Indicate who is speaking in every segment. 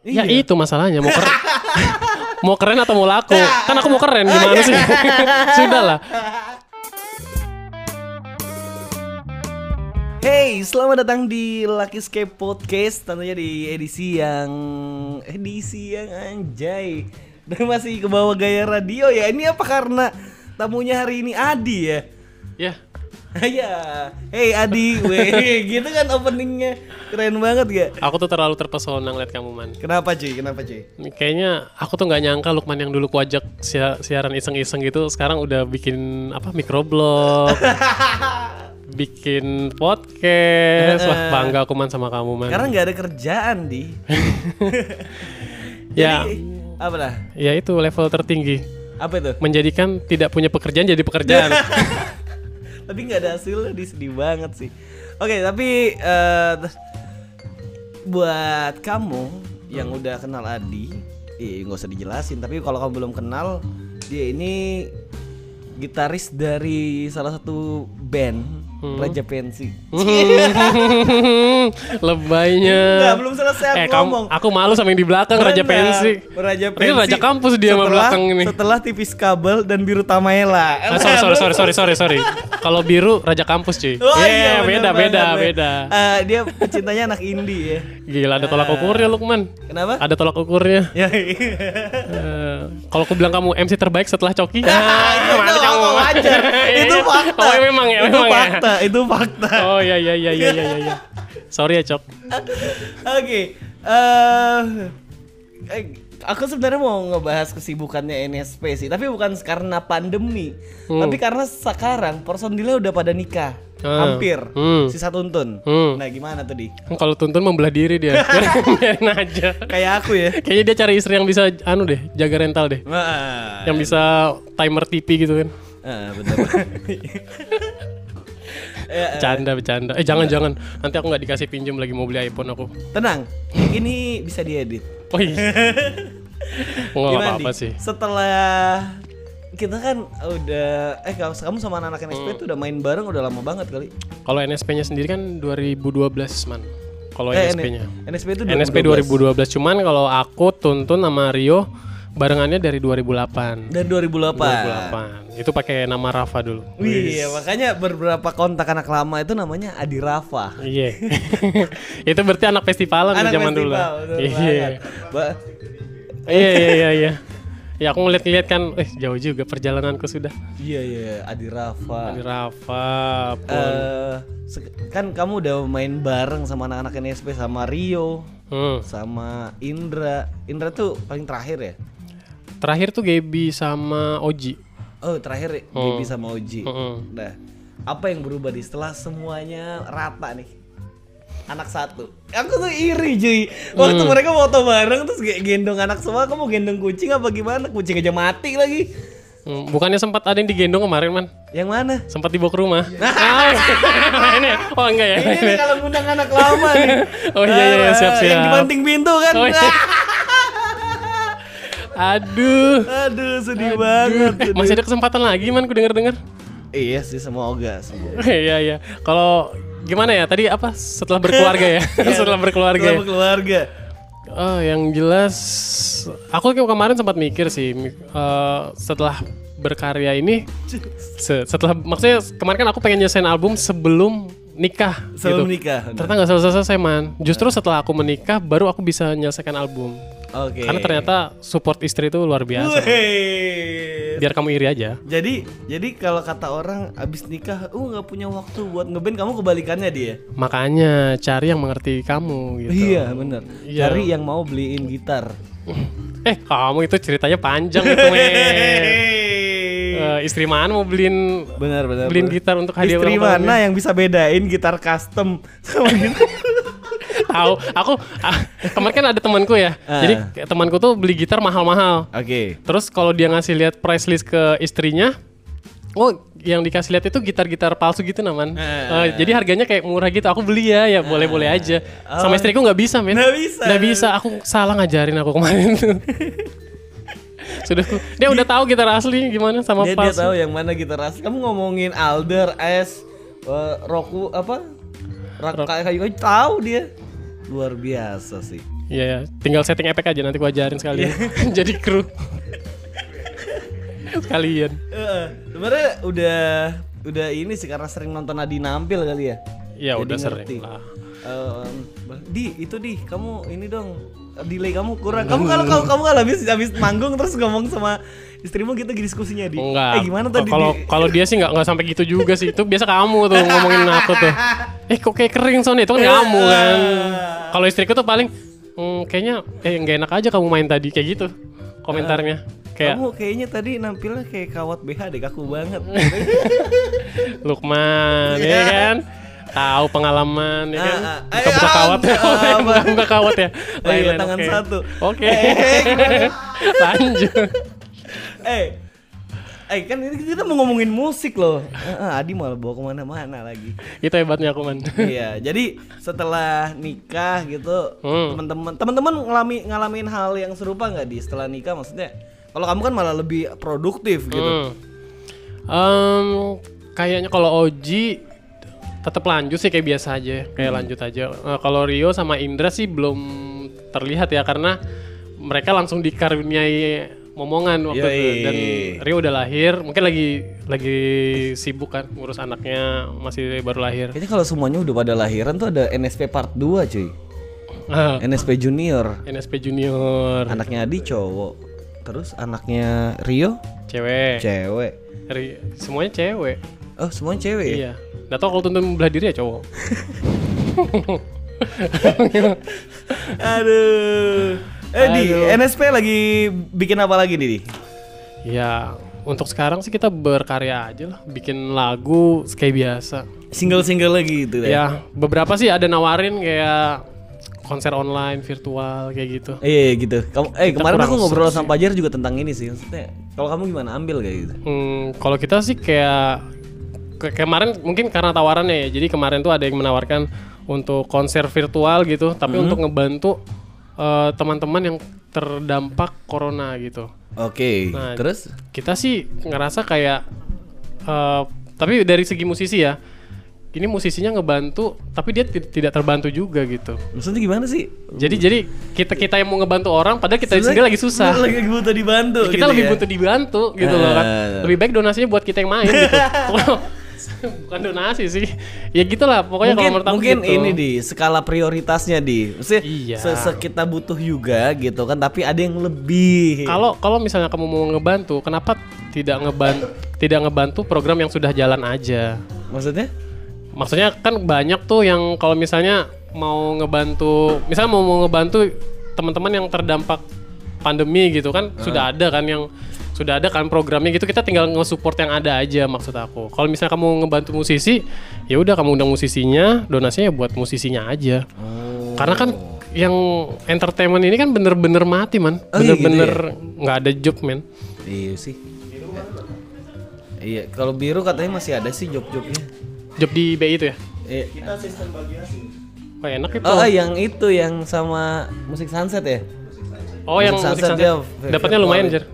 Speaker 1: Ya itu masalahnya mau keren. mau keren atau mau laku? Kan aku mau keren gimana sih? Sudahlah.
Speaker 2: Hey, selamat datang di Lucky Scape Podcast Tentunya di edisi yang... Edisi yang anjay Dan masih ke bawah gaya radio ya Ini apa karena tamunya hari ini Adi ya?
Speaker 1: Ya.
Speaker 2: Iya Hey Adi, weh Gitu kan openingnya Keren banget gak?
Speaker 1: Aku tuh terlalu terpesona ngeliat kamu man.
Speaker 2: Kenapa cuy? Kenapa cuy?
Speaker 1: Kayaknya aku tuh nggak nyangka Lukman yang dulu kuajak sia- siaran iseng-iseng gitu sekarang udah bikin apa microblog, bikin podcast. Wah bangga aku man sama kamu man.
Speaker 2: Karena nggak ada kerjaan di.
Speaker 1: Ya,
Speaker 2: apa dah?
Speaker 1: ya itu level tertinggi.
Speaker 2: Apa itu?
Speaker 1: Menjadikan tidak punya pekerjaan jadi pekerjaan.
Speaker 2: tapi nggak ada hasilnya di sedih banget sih oke tapi eh, buat kamu yang
Speaker 1: Hmm.
Speaker 2: udah kenal Adi eh nggak usah dijelasin tapi kalau kamu belum kenal dia ini gitaris dari salah satu band
Speaker 1: Hmm.
Speaker 2: Raja Pensi Nggak,
Speaker 1: Lebaynya.
Speaker 2: belum selesai aku
Speaker 1: eh, kamu,
Speaker 2: ngomong
Speaker 1: aku malu sama yang di belakang Raja
Speaker 2: Benar,
Speaker 1: Pensi.
Speaker 2: Raja
Speaker 1: Ini
Speaker 2: Pensi
Speaker 1: Raja kampus dia sama
Speaker 2: setelah-
Speaker 1: belakang ini.
Speaker 2: Setelah tipis kabel dan biru Tamaela
Speaker 1: Ah, sorry, sorry, sorry, sorry, sorry, sorry. Kalau biru Raja Kampus cuy.
Speaker 2: Oh
Speaker 1: yeah,
Speaker 2: iya,
Speaker 1: beda,
Speaker 2: bener
Speaker 1: beda,
Speaker 2: banget,
Speaker 1: beda.
Speaker 2: Be. Eh, dia pecintanya anak indie ya.
Speaker 1: Gila ada tolak ukurnya Lukman.
Speaker 2: Kenapa?
Speaker 1: Ada tolak ukurnya.
Speaker 2: Ya.
Speaker 1: Eh, kalau aku bilang kamu MC terbaik setelah Coki.
Speaker 2: Iya,
Speaker 1: Ah,
Speaker 2: Nah, itu
Speaker 1: mana
Speaker 2: nggak
Speaker 1: kamu?
Speaker 2: mau wajar.
Speaker 1: Iya,
Speaker 2: Itu
Speaker 1: iya.
Speaker 2: fakta.
Speaker 1: Oh, memang ya,
Speaker 2: Itu
Speaker 1: memang ya.
Speaker 2: fakta, itu fakta.
Speaker 1: Oh iya iya iya iya iya iya. Sorry ya, Cok.
Speaker 2: Oke. eh, eh, aku sebenarnya mau ngebahas kesibukannya NSP sih, tapi bukan karena pandemi,
Speaker 1: Hmm.
Speaker 2: tapi karena sekarang personilnya udah pada nikah.
Speaker 1: Ah.
Speaker 2: Hampir
Speaker 1: Hmm.
Speaker 2: sisa tuntun.
Speaker 1: Hmm.
Speaker 2: Nah, gimana tuh, Di?
Speaker 1: Kalau Tuntun membelah diri dia. Biarin aja.
Speaker 2: Kayak aku ya.
Speaker 1: Kayaknya dia cari istri yang bisa anu deh, jaga rental deh.
Speaker 2: Wah.
Speaker 1: Yang bisa timer TV gitu kan.
Speaker 2: Ah, bener. Eh,
Speaker 1: Bercanda, bercanda. Eh jangan jangan. Nanti aku nggak dikasih pinjam lagi mau beli iPhone aku.
Speaker 2: Tenang, ini bisa diedit.
Speaker 1: Oh iya. Nggak
Speaker 2: Gimana,
Speaker 1: apa-apa
Speaker 2: Di?
Speaker 1: sih.
Speaker 2: Setelah kita kan udah eh kamu kamu sama anak-anak NSP
Speaker 1: Hmm.
Speaker 2: itu udah main bareng udah lama banget kali.
Speaker 1: Kalau NSP-nya sendiri kan 2012 man. Kalau
Speaker 2: Eh,
Speaker 1: NSP-nya.
Speaker 2: NSP itu
Speaker 1: NSP 2012 cuman kalau aku Tuntun sama Rio barengannya dari 2008.
Speaker 2: dan 2008.
Speaker 1: 2008. Itu pakai nama Rafa dulu.
Speaker 2: Ah. Wih, makanya beberapa kontak anak lama itu namanya Adi Rafa.
Speaker 1: Iya. Itu berarti anak festivalan tuh
Speaker 2: Anak
Speaker 1: zaman dulu.
Speaker 2: festival, betul
Speaker 1: Iya.
Speaker 2: banget. Ba-
Speaker 1: Iya iya iya iya. Ya aku ngeliat-ngeliat kan, eh jauh juga perjalananku sudah.
Speaker 2: Iya iya, Adi Rafa.
Speaker 1: Dari Rafa, Pun.
Speaker 2: Eh, se- kan kamu udah main bareng sama anak-anak NSP sama Rio,
Speaker 1: Hmm.
Speaker 2: sama Indra. Indra tuh paling terakhir ya.
Speaker 1: Terakhir tuh Gaby sama Oji.
Speaker 2: Oh terakhir Bibi sama Oji.
Speaker 1: Hmm.
Speaker 2: Nah, apa yang berubah di setelah semuanya rata nih? Anak satu. Aku tuh iri cuy. Waktu
Speaker 1: Hmm.
Speaker 2: mereka foto bareng terus kayak gendong anak semua, kamu gendong kucing apa gimana? Kucing aja mati lagi.
Speaker 1: Hmm, Bukannya sempat ada yang digendong kemarin man?
Speaker 2: Yang mana?
Speaker 1: Sempat dibawa ke rumah. Ah, ini ya? oh enggak ya.
Speaker 2: Ini nih kalau ngundang anak lama nih.
Speaker 1: Oh iya iya iya,
Speaker 2: Ah,
Speaker 1: siap
Speaker 2: Yang
Speaker 1: siap.
Speaker 2: dibanting pintu kan.
Speaker 1: Oh, iya. Aduh.
Speaker 2: Ah, Aduh, sedih banget.
Speaker 1: Eh, masih ada kesempatan lagi man ku denger dengar
Speaker 2: Iya sih semoga semoga.
Speaker 1: Iya iya. Kalau gimana ya tadi apa setelah berkeluarga ya?
Speaker 2: Iya.
Speaker 1: setelah berkeluarga. ya?
Speaker 2: Keluarga. keluarga.
Speaker 1: Eh, yang jelas aku kayak kemarin sempat mikir sih mi- eh, setelah berkarya ini se- setelah maksudnya kemarin kan aku pengen nyelesain album sebelum nikah
Speaker 2: Sebelum
Speaker 1: gitu.
Speaker 2: nikah.
Speaker 1: Ternyata nggak selesai-selesai man. Justru setelah aku menikah baru aku bisa menyelesaikan album.
Speaker 2: Oke.
Speaker 1: Karena ternyata support istri itu luar biasa.
Speaker 2: Wih.
Speaker 1: Biar kamu iri aja.
Speaker 2: Jadi jadi kalau kata orang abis nikah, uh nggak punya waktu buat ngeband, kamu kebalikannya dia.
Speaker 1: Makanya cari yang mengerti kamu gitu.
Speaker 2: Iya bener.
Speaker 1: Iya.
Speaker 2: Cari yang mau beliin gitar.
Speaker 1: Eh kamu itu ceritanya panjang gitu men. Eh, istri mana mau beliin
Speaker 2: Bener bener.
Speaker 1: Beliin
Speaker 2: bener.
Speaker 1: gitar untuk hadiah
Speaker 2: Istri
Speaker 1: ulang tahunnya.
Speaker 2: mana yang bisa bedain gitar custom sama gitu? gitar?
Speaker 1: tahu aku ah, kemarin kan ada temanku ya
Speaker 2: Ah.
Speaker 1: jadi temanku tuh beli gitar mahal-mahal
Speaker 2: Oke.
Speaker 1: terus kalau dia ngasih lihat price list ke istrinya oh yang dikasih lihat itu gitar-gitar palsu gitu naman
Speaker 2: Ah.
Speaker 1: Eh, jadi harganya kayak murah gitu aku beli ya ya boleh-boleh aja sama istriku nggak bisa men
Speaker 2: Oh. Nggak bisa.
Speaker 1: nggak bisa aku salah ngajarin aku kemarin tuh sudah aku- dia udah tahu gitar asli gimana sama
Speaker 2: Dia dia
Speaker 1: palsu
Speaker 2: tahu yang mana gitar asli. Kamu ngomongin Alder, S, eh, Roku apa? Raka kayu kayu tahu dia. Luar biasa sih.
Speaker 1: Iya, ya. tinggal setting efek aja nanti gua ajarin sekalian.
Speaker 2: Iya.
Speaker 1: Jadi kru. sekalian.
Speaker 2: Heeh. sebenarnya udah udah ini sih karena sering nonton Adi nampil kali ya.
Speaker 1: Ya
Speaker 2: Jadi
Speaker 1: udah sering
Speaker 2: ngerti.
Speaker 1: lah.
Speaker 2: Em, di itu di kamu ini dong delay kamu kurang. Kamu kalau kamu kamu kalau habis habis manggung terus ngomong sama istrimu gitu diskusinya di.
Speaker 1: Enggak.
Speaker 2: Eh gimana tadi?
Speaker 1: Oh, Kalau
Speaker 2: Di?
Speaker 1: kalau dia sih nggak nggak sampai gitu juga sih. Itu biasa kamu tuh ngomongin aku tuh. Eh kok kayak kering soalnya itu kan
Speaker 2: Eh.
Speaker 1: kamu kan. Kalau istriku tuh paling "Hmm, kayaknya eh nggak enak aja kamu main tadi kayak gitu komentarnya. Kayak
Speaker 2: Eh. Kamu kayaknya tadi nampilnya kayak kawat BH deh kaku banget.
Speaker 1: Lukman, ya kan? Tahu pengalaman ya kan?
Speaker 2: Ah, ah.
Speaker 1: Buka-buka
Speaker 2: Eh,
Speaker 1: kawat ya.
Speaker 2: ah,
Speaker 1: Lain,
Speaker 2: apa?
Speaker 1: Buka kawat ya.
Speaker 2: Oh iya, tangan
Speaker 1: oke.
Speaker 2: satu.
Speaker 1: Oke.
Speaker 2: Eh, gimana?
Speaker 1: Lanjut.
Speaker 2: eh, eh kan ini kita mau ngomongin musik loh. Eh, Adi malah bawa kemana-mana lagi.
Speaker 1: Itu hebatnya aku man.
Speaker 2: iya jadi setelah nikah gitu
Speaker 1: Hmm.
Speaker 2: teman-teman teman-teman ngalami ngalamin hal yang serupa nggak di setelah nikah maksudnya kalau kamu kan malah lebih produktif gitu
Speaker 1: Hmm. Em, kayaknya kalau Oji tetap lanjut sih kayak biasa aja, kayak lanjut aja. Eh, kalau Rio sama Indra sih belum terlihat ya karena mereka langsung dikaruniai momongan waktu itu
Speaker 2: Yoi.
Speaker 1: dan Rio udah lahir, mungkin lagi lagi sibuk kan ngurus anaknya masih baru lahir.
Speaker 2: kayaknya kalau semuanya udah pada lahiran tuh ada NSP part 2 cuy
Speaker 1: Ah,
Speaker 2: NSP junior
Speaker 1: NSP Junior,
Speaker 2: anaknya Adi cowok terus anaknya Rio
Speaker 1: cewek,
Speaker 2: cewek
Speaker 1: Ri- semuanya cewek.
Speaker 2: oh semuanya cewek ya?
Speaker 1: Iya. Nggak tahu kalau tuntun belah diri ya cowok.
Speaker 2: aduh eh di NSP lagi bikin apa lagi nih di
Speaker 1: Ya, untuk sekarang sih kita berkarya aja lah, bikin lagu kayak biasa.
Speaker 2: single-single lagi gitu ya
Speaker 1: Ya, beberapa sih ada nawarin kayak konser online virtual kayak gitu.
Speaker 2: Iya iya, gitu. Kamu, eh kemarin
Speaker 1: kurang ya.
Speaker 2: aku ngobrol
Speaker 1: sosial.
Speaker 2: sama Pajar juga tentang ini sih. Maksudnya kalau kamu gimana ambil kayak gitu?
Speaker 1: Hmm, kalau kita sih kayak ke- kemarin mungkin karena tawarannya ya. Jadi kemarin tuh ada yang menawarkan untuk konser virtual gitu, tapi untuk ngebantu eh, teman-teman yang terdampak corona gitu.
Speaker 2: Oke.
Speaker 1: Nah,
Speaker 2: Terus?
Speaker 1: kita sih ngerasa kayak eh, tapi dari segi musisi ya ini musisinya ngebantu tapi dia ti- tidak terbantu juga gitu
Speaker 2: Maksudnya gimana sih?
Speaker 1: jadi
Speaker 2: Hmm.
Speaker 1: jadi kita kita yang mau ngebantu orang padahal kita sendiri lagi susah
Speaker 2: Lagi butuh dibantu.
Speaker 1: kita
Speaker 2: gitu
Speaker 1: lebih
Speaker 2: ya.
Speaker 1: butuh dibantu gitu loh kan
Speaker 2: Ah.
Speaker 1: lebih baik donasinya buat kita yang main gitu bukan donasi sih ya gitulah pokoknya
Speaker 2: mungkin
Speaker 1: kalau menurut aku
Speaker 2: mungkin
Speaker 1: gitu.
Speaker 2: ini di skala prioritasnya di. Maksudnya
Speaker 1: Iya.
Speaker 2: se- kita butuh juga gitu kan, tapi ada yang lebih.
Speaker 1: Kalau kalau misalnya kamu mau ngebantu, kenapa tidak ngebantu tidak ngebantu program yang sudah jalan aja?
Speaker 2: maksudnya?
Speaker 1: Maksudnya kan banyak tuh yang kalau misalnya mau ngebantu, misalnya mau, mau ngebantu teman-teman yang terdampak pandemi gitu kan
Speaker 2: Ah.
Speaker 1: sudah ada kan yang sudah ada kan programnya gitu kita tinggal nge-support yang ada aja maksud aku. Kalau misalnya kamu ngebantu musisi, ya udah kamu undang musisinya, donasinya ya buat musisinya aja.
Speaker 2: Oh,
Speaker 1: Karena kan yang entertainment ini kan bener-bener mati man,
Speaker 2: Oh, iya gitu
Speaker 1: bener-bener nggak ada job men.
Speaker 2: Iya sih. Iya, kalau biru katanya masih ada sih job-jobnya.
Speaker 1: Job di BI itu ya,
Speaker 2: Iya.
Speaker 1: wah enak itu.
Speaker 2: Oh, yang itu yang sama musik sunset ya?
Speaker 1: Oh yang musik sunset,
Speaker 2: Sunset dia
Speaker 1: dapatnya
Speaker 2: virtual
Speaker 1: lumayan
Speaker 2: ya?
Speaker 1: jer.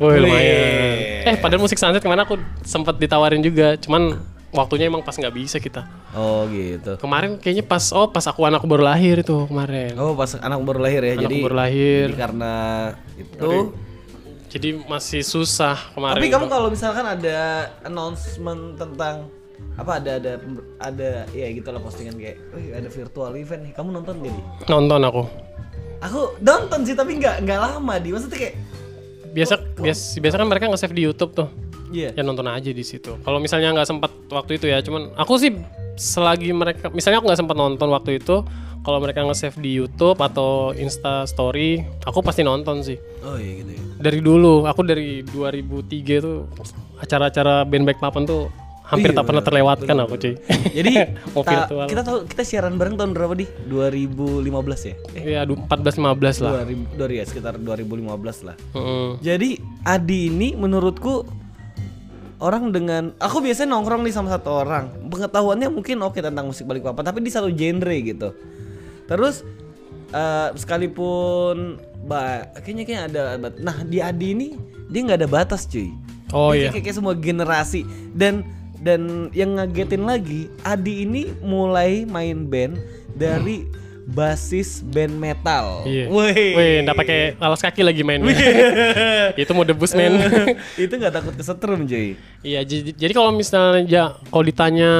Speaker 1: Woi
Speaker 2: Wih.
Speaker 1: lumayan. Eh padahal musik sunset kemana aku sempat ditawarin juga, cuman waktunya emang pas nggak bisa kita.
Speaker 2: Oh gitu.
Speaker 1: Kemarin kayaknya pas oh pas aku anakku baru lahir itu kemarin.
Speaker 2: Oh pas anak baru lahir ya
Speaker 1: Anakku
Speaker 2: jadi
Speaker 1: baru lahir.
Speaker 2: jadi karena itu.
Speaker 1: Jadi masih susah kemarin.
Speaker 2: Tapi kamu
Speaker 1: Bang.
Speaker 2: kalau misalkan ada announcement tentang apa ada ada ada ya gitu lah postingan kayak, "Wih, ada virtual event nih, kamu nonton gak Di?"
Speaker 1: nonton aku.
Speaker 2: Aku nonton sih tapi nggak nggak lama di. Maksudnya kayak
Speaker 1: Biasa bias- biasa kan mereka nge-save di YouTube tuh.
Speaker 2: iya.
Speaker 1: Ya nonton aja di situ. Kalau misalnya nggak sempat waktu itu ya, cuman aku sih selagi mereka misalnya aku nggak sempat nonton waktu itu, kalau mereka nge-save di YouTube atau Insta Story, aku pasti nonton sih.
Speaker 2: Oh iya gitu ya.
Speaker 1: dari dulu aku dari 2003 tuh acara-acara band back papan tuh hampir tak pernah terlewatkan aku cuy
Speaker 2: Jadi
Speaker 1: Mau
Speaker 2: ta-
Speaker 1: Oh, virtual.
Speaker 2: kita tahu kita siaran bareng tahun berapa di? 2015 ya? Eh,
Speaker 1: ya aduh 14 15 lah
Speaker 2: 2000 dari ya sekitar 2015 lah.
Speaker 1: Mm.
Speaker 2: Jadi Adi ini menurutku orang dengan aku biasanya nongkrong nih sama satu orang. Pengetahuannya mungkin oke tentang musik Balikpapan tapi di satu genre gitu. Terus eh, sekalipun ba kayaknya kayaknya ada bat- nah di Adi ini dia nggak ada batas cuy.
Speaker 1: oh
Speaker 2: Dia
Speaker 1: iya
Speaker 2: kayak, kayak semua generasi dan dan yang ngagetin lagi Adi ini mulai main band dari basis band metal.
Speaker 1: Hmm. Iya.
Speaker 2: Wih.
Speaker 1: Wih, nggak pakai alas kaki lagi main. itu mau debus men.
Speaker 2: Eh. Itu nggak takut kesetrum, Jay.
Speaker 1: Iya, jadi, jadi kalau misalnya ya, kalau ditanya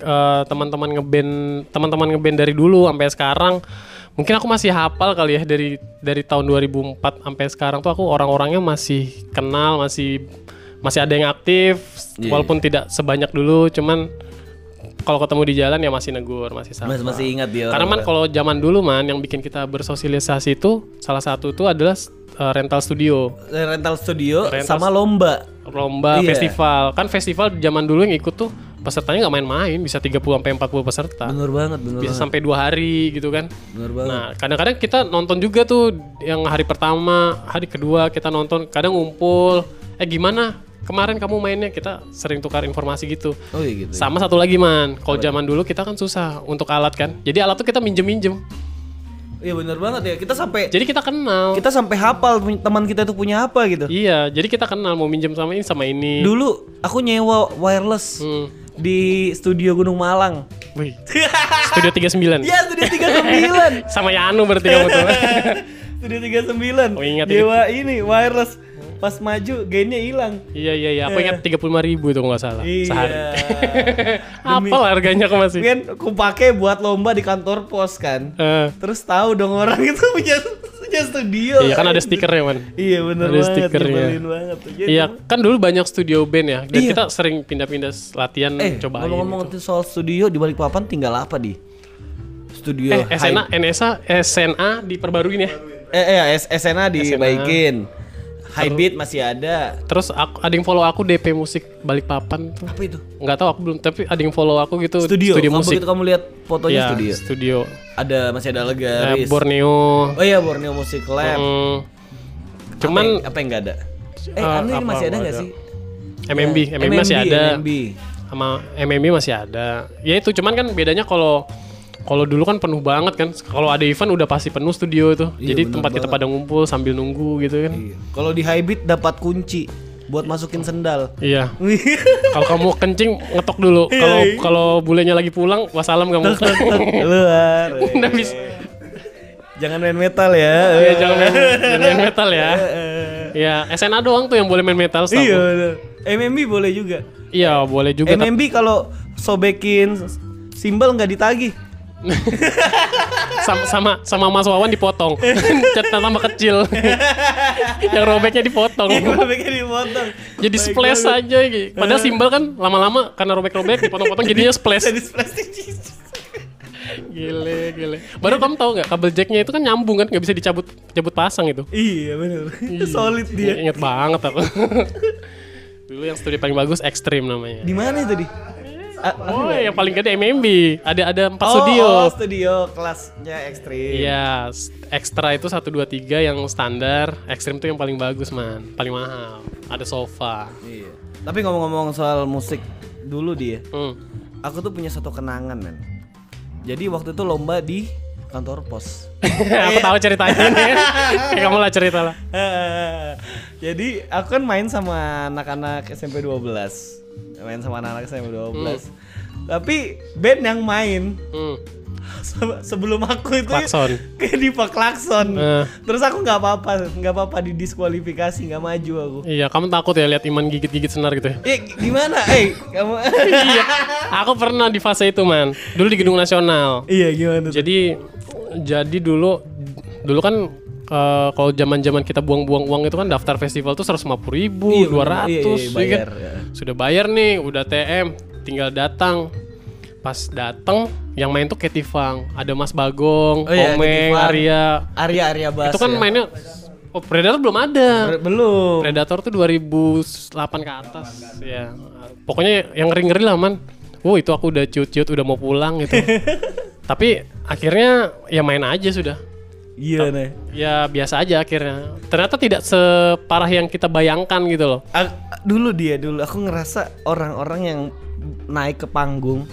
Speaker 1: eh, teman-teman ngeband, teman-teman ngeband dari dulu sampai sekarang, mungkin aku masih hafal kali ya dari dari tahun 2004 sampai sekarang tuh aku orang-orangnya masih kenal, masih masih ada yang aktif
Speaker 2: Iya.
Speaker 1: walaupun tidak sebanyak dulu, cuman kalau ketemu di jalan ya masih negur, masih sama.
Speaker 2: Mas masih ingat dia.
Speaker 1: Karena man
Speaker 2: orang-orang.
Speaker 1: kalau zaman dulu man yang bikin kita bersosialisasi itu salah satu itu adalah eh, rental studio
Speaker 2: rental studio
Speaker 1: Rental
Speaker 2: sama lomba.
Speaker 1: lomba
Speaker 2: Iya.
Speaker 1: festival kan festival zaman dulu yang ikut tuh pesertanya nggak main-main bisa 30 sampai 40 peserta
Speaker 2: Bener banget, bener
Speaker 1: bisa
Speaker 2: banget.
Speaker 1: sampai dua hari gitu kan
Speaker 2: Bener banget.
Speaker 1: nah kadang-kadang kita nonton juga tuh yang hari pertama hari kedua kita nonton kadang ngumpul eh gimana kemarin kamu mainnya kita sering tukar informasi gitu
Speaker 2: Oh iya gitu.
Speaker 1: sama satu lagi man kalau zaman dulu kita kan susah untuk alat kan jadi alat tuh kita minjem-minjem
Speaker 2: Iya bener banget ya. Kita sampai
Speaker 1: jadi kita kenal
Speaker 2: kita sampai hafal punya- teman kita itu punya apa gitu.
Speaker 1: iya jadi kita kenal mau minjem sama ini sama ini
Speaker 2: Dulu aku nyewa wireless
Speaker 1: Hmm.
Speaker 2: di studio Gunung Malang.
Speaker 1: Wih, studio 39
Speaker 2: Ya studio 39.
Speaker 1: sama Yanu berarti kamu tuh
Speaker 2: Studio 39.
Speaker 1: Oh, ingat
Speaker 2: Dewa ini wireless pas maju gainnya hilang.
Speaker 1: Iya
Speaker 2: Iya.
Speaker 1: iya iya, aku ingat tiga puluh ribu itu kalau nggak salah sehari.
Speaker 2: Demi-
Speaker 1: Apa lah harganya aku masih?
Speaker 2: Kan aku pakai buat lomba di kantor pos kan.
Speaker 1: Eh,
Speaker 2: Terus tahu dong orang itu punya punya studio.
Speaker 1: iya kan ada stikernya man.
Speaker 2: Iya bener
Speaker 1: Ada
Speaker 2: banget,
Speaker 1: stikernya.
Speaker 2: nyebelin banget. Jadi-
Speaker 1: Iya kan dulu banyak studio band ya, dan
Speaker 2: Iya.
Speaker 1: kita sering pindah-pindah latihan
Speaker 2: Eh,
Speaker 1: cobain.
Speaker 2: ngomong-ngomong
Speaker 1: gitu.
Speaker 2: itu soal studio di balik papan tinggal apa di? Studio
Speaker 1: Eh
Speaker 2: Hype.
Speaker 1: SNA, NSA, SNA diperbaruin ya.
Speaker 2: eh, eh, S- SNA dibaikin. Hybrid masih ada.
Speaker 1: Terus aku, ada yang follow aku DP musik Balikpapan tuh.
Speaker 2: Apa itu?
Speaker 1: Nggak tahu aku belum, tapi ada yang follow aku gitu
Speaker 2: Studio. Kamu
Speaker 1: musik.
Speaker 2: begitu kamu lihat fotonya
Speaker 1: Iya,
Speaker 2: studio.
Speaker 1: studio.
Speaker 2: Ada masih ada
Speaker 1: Eh,
Speaker 2: legaris.
Speaker 1: Borneo.
Speaker 2: oh iya Borneo Music Lab.
Speaker 1: Hmm,
Speaker 2: Apa
Speaker 1: cuman
Speaker 2: yang- apa yang nggak ada?
Speaker 1: Eh,
Speaker 2: Eh, anu ini
Speaker 1: apa
Speaker 2: masih ada nggak
Speaker 1: ada?
Speaker 2: sih?
Speaker 1: MMB,
Speaker 2: Ya,
Speaker 1: MMB masih ada.
Speaker 2: MMB.
Speaker 1: sama MMI masih ada. Ya itu cuman kan bedanya kalau kalau dulu kan penuh banget kan. Kalau ada event udah pasti penuh studio itu.
Speaker 2: Iya,
Speaker 1: Jadi
Speaker 2: bener
Speaker 1: tempat kita pada ngumpul sambil nunggu gitu kan.
Speaker 2: Iya. Kalau di hybrid dapat kunci buat masukin sendal.
Speaker 1: Iya. Kalau kamu kencing ngetok dulu. Kalau kalau bulenya lagi pulang, wassalam kamu.
Speaker 2: Keluar.
Speaker 1: Udah bisa.
Speaker 2: Jangan main metal ya.
Speaker 1: Iya, jangan main, jangan main metal ya. Iya, SNA doang tuh yang boleh main metal. setahu
Speaker 2: Iya.
Speaker 1: aku.
Speaker 2: bener. MMB boleh juga.
Speaker 1: Iya, boleh juga. tapi-
Speaker 2: MMB kalau sobekin simbol nggak ditagih.
Speaker 1: sama sama sama Mas Wawan dipotong. Cat tambah kecil. yang robeknya dipotong.
Speaker 2: Sobeknya dipotong.
Speaker 1: Oh. jadi splash aja gitu. Padahal simbol kan lama-lama karena robek-robek dipotong-potong jadinya splash.
Speaker 2: Eh. Jadi plastik.
Speaker 1: Gile, gile. Baru kamu tahu nggak kabel jacknya itu kan nyambung kan nggak bisa dicabut cabut pasang itu.
Speaker 2: Iya benar. Solid dia.
Speaker 1: Ingat banget aku. Dulu yang studi paling bagus Extreme namanya.
Speaker 2: Di mana itu di? A-
Speaker 1: Oh, yang paling gede MMB. Ada ada empat
Speaker 2: ya? oh,
Speaker 1: studio.
Speaker 2: oh, studio kelasnya ekstrim.
Speaker 1: Iya, s- extra itu 1 2 3 yang standar, Extreme tuh yang paling bagus, man. Paling mahal. Ada sofa.
Speaker 2: Iya. Tapi ngomong-ngomong soal musik dulu ya, dia,
Speaker 1: Hmm.
Speaker 2: aku tuh punya satu kenangan men. Jadi waktu itu lomba di kantor pos.
Speaker 1: aku
Speaker 2: Iya.
Speaker 1: tahu ceritanya nih. Kayak kamu lah cerita lah.
Speaker 2: Jadi aku kan main sama anak-anak SMP 12 Main sama anak-anak SMP 12 Tapi band yang main
Speaker 1: Hmm.
Speaker 2: se- sebelum aku itu
Speaker 1: Klakson.
Speaker 2: kayak di Pak klakson
Speaker 1: Eh.
Speaker 2: terus aku nggak apa-apa nggak apa-apa didiskualifikasi nggak maju aku
Speaker 1: Iya, kamu takut ya lihat Iman gigit-gigit senar gitu ya?
Speaker 2: eh gimana eh kamu
Speaker 1: iya, aku pernah di fase itu man. Dulu di gedung nasional.
Speaker 2: iya gimana tuh?
Speaker 1: Jadi, jadi dulu, dulu kan eh, kalau zaman-zaman kita buang-buang uang itu kan daftar festival tuh 150 ribu,
Speaker 2: Iya,
Speaker 1: 200,
Speaker 2: bener. Iya, iya, iya,
Speaker 1: ya
Speaker 2: bayar,
Speaker 1: kan?
Speaker 2: ya.
Speaker 1: Sudah bayar nih, udah TM, tinggal datang. Pas datang, yang main tuh Ketivang, ada Mas Bagong,
Speaker 2: Oh iya,
Speaker 1: Komeng,
Speaker 2: Ketivang.
Speaker 1: Arya.
Speaker 2: Arya Arya Bas
Speaker 1: Itu kan
Speaker 2: ya?
Speaker 1: mainnya, oh, Predator belum ada.
Speaker 2: Ber- belum
Speaker 1: Predator tuh 2008 ke atas ya. Pokoknya yang ngeri-ngeri lah man. Wow itu aku udah ciut-ciut udah mau pulang gitu. Tapi akhirnya ya main aja sudah.
Speaker 2: iya nih
Speaker 1: Ya biasa aja akhirnya. Ternyata tidak separah yang kita bayangkan gitu loh.
Speaker 2: A- dulu dia dulu aku ngerasa orang-orang yang naik ke panggung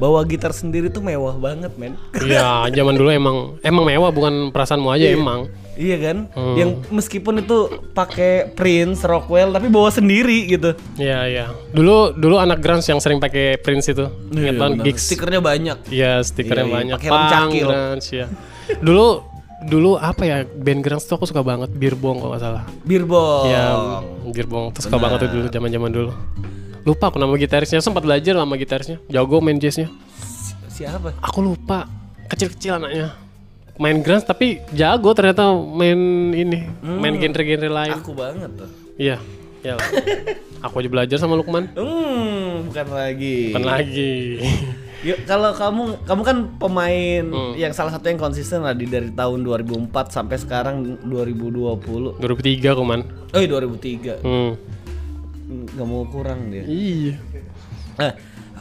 Speaker 2: bawa gitar sendiri tuh mewah banget men
Speaker 1: Iya, zaman dulu emang emang mewah bukan perasaanmu aja emang.
Speaker 2: iya kan
Speaker 1: Hmm.
Speaker 2: yang meskipun itu pakai Prince Rockwell tapi bawa sendiri gitu
Speaker 1: Iya, iya. Dulu dulu anak grunge yang sering pakai Prince itu. Ingat kan? banget
Speaker 2: Iya, Benar.
Speaker 1: gigs.
Speaker 2: stikernya banyak
Speaker 1: Iya, stikernya
Speaker 2: Iya, iya,
Speaker 1: banyak.
Speaker 2: pakai helm cakil.
Speaker 1: grunge, ya. Dulu dulu apa ya band grunge tuh aku suka banget Birbong kalau nggak salah.
Speaker 2: beer bong
Speaker 1: Iya,
Speaker 2: Oh.
Speaker 1: Birbong tuh suka banget tuh dulu zaman-zaman dulu. Lupa aku nama gitarisnya, sempat belajar sama gitarisnya. Jago main jazznya.
Speaker 2: siapa
Speaker 1: Aku lupa. Kecil-kecil anaknya. Main grunge tapi jago ternyata main ini,
Speaker 2: Hmm.
Speaker 1: main genre-genre lain.
Speaker 2: aku banget tuh
Speaker 1: Iya, iyalah. aku aja belajar sama Lukman.
Speaker 2: hmm bukan lagi
Speaker 1: Bukan lagi.
Speaker 2: Yuk, kalau kamu kamu kan pemain
Speaker 1: Hmm.
Speaker 2: yang salah satu yang konsisten lah di dari tahun 2004 sampai sekarang 2020.
Speaker 1: 2003 aku man.
Speaker 2: Eh 2003.
Speaker 1: Hmm.
Speaker 2: nggak mau kurang dia.
Speaker 1: Iya.
Speaker 2: Nah,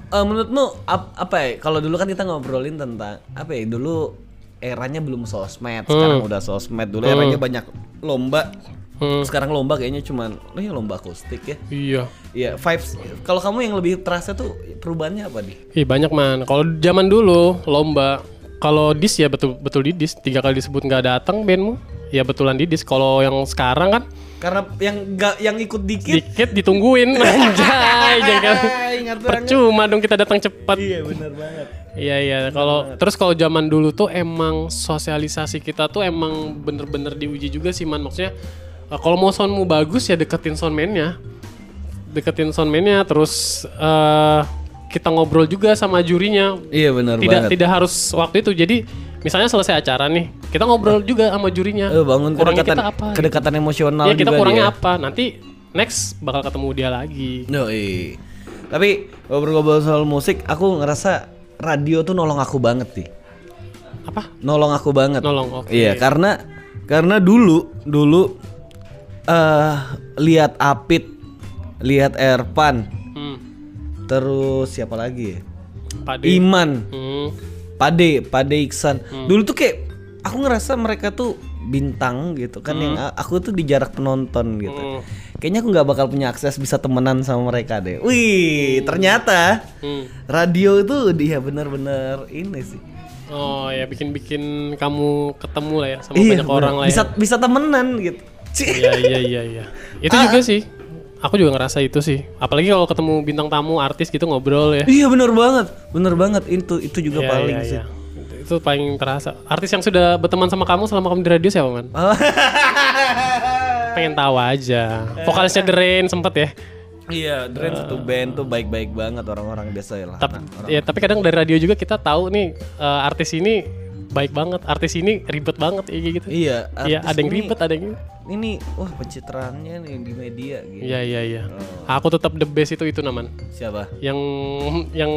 Speaker 2: eh, menurutmu ap- apa ya? Kalau dulu kan kita ngobrolin tentang apa ya? Dulu eranya belum sosmed, sekarang udah sosmed. Dulu eranya banyak lomba.
Speaker 1: Hmm.
Speaker 2: Sekarang lomba kayaknya cuman oh ya lomba akustik ya.
Speaker 1: Iya.
Speaker 2: Iya, vibes. Kalau kamu yang lebih terasa tuh perubahannya apa nih?
Speaker 1: Ih banyak man. Kalau zaman dulu lomba, kalau dis ya betul betul didis. Tiga kali disebut nggak datang bandmu, ya betulan didis. Kalau yang sekarang kan
Speaker 2: Karena yang nggak yang ikut dikit Ah,
Speaker 1: dikit ditungguin. Anjay, jangan.
Speaker 2: Hai, ngatur angin.
Speaker 1: Percuma dong kita datang cepat.
Speaker 2: Iya benar banget.
Speaker 1: Iya iya. Kalau terus kalau zaman dulu tuh emang sosialisasi kita tuh emang bener-bener diuji juga sih man. Maksudnya eh, kalau mau soundmu bagus ya deketin soundman-nya. Deketin soundman-nya terus eh kita ngobrol juga sama jurinya
Speaker 2: Iya benar
Speaker 1: tidak
Speaker 2: banget.
Speaker 1: tidak harus waktu itu jadi misalnya selesai acara nih kita ngobrol juga sama jurinya
Speaker 2: Eh, bangun
Speaker 1: kurangnya
Speaker 2: kedekatan
Speaker 1: kita apa
Speaker 2: kedekatan emosional
Speaker 1: ya kita
Speaker 2: juga
Speaker 1: kurangnya
Speaker 2: dia.
Speaker 1: apa nanti next bakal ketemu dia lagi
Speaker 2: Yoi. Tapi ngobrol-ngobrol soal musik, aku ngerasa radio tuh nolong aku banget sih.
Speaker 1: apa
Speaker 2: Nolong aku banget.
Speaker 1: Nolong, oke.
Speaker 2: Iya, karena karena dulu dulu eh lihat Apit, lihat Erpan,
Speaker 1: hmm.
Speaker 2: terus siapa lagi ya?
Speaker 1: pade
Speaker 2: Iman.
Speaker 1: hmm.
Speaker 2: Pade, Pade Iksan. Dulu tuh kayak aku ngerasa mereka tuh bintang gitu kan yang a- aku tuh di jarak penonton gitu.
Speaker 1: Hmm.
Speaker 2: Kayaknya aku nggak bakal punya akses bisa temenan sama mereka deh. Wih, ternyata
Speaker 1: Hmm.
Speaker 2: radio itu dia bener-bener ini sih.
Speaker 1: oh ya bikin bikin kamu ketemu lah ya sama banyak
Speaker 2: bener.
Speaker 1: orang lah ya
Speaker 2: Iya, Bisa bisa temenan gitu. Cih.
Speaker 1: iya iya iya iya itu
Speaker 2: Ah,
Speaker 1: juga sih aku juga ngerasa itu sih apalagi kalau ketemu bintang tamu artis gitu ngobrol ya
Speaker 2: Iya bener banget, bener banget itu itu juga
Speaker 1: Iya,
Speaker 2: paling
Speaker 1: iya,
Speaker 2: sih.
Speaker 1: iya. itu paling terasa artis yang sudah berteman sama kamu selama kamu di radio siapa man pengen tahu aja vokalisnya The Rain sempet ya
Speaker 2: Iya, Dren satu
Speaker 1: Eh.
Speaker 2: band tuh baik-baik banget orang-orang biasa lah. Nah,
Speaker 1: tapi ya tapi kadang dari radio juga kita tahu nih eh, artis ini baik banget artis ini ribet banget ya kayak gitu
Speaker 2: Iya,
Speaker 1: iya
Speaker 2: artis
Speaker 1: ada yang
Speaker 2: ini-
Speaker 1: ribet ada yang
Speaker 2: Ini wah pencitraannya nih di media gitu.
Speaker 1: iya iya iya
Speaker 2: Oh.
Speaker 1: aku tetap the best itu itu naman
Speaker 2: Siapa?
Speaker 1: yang yang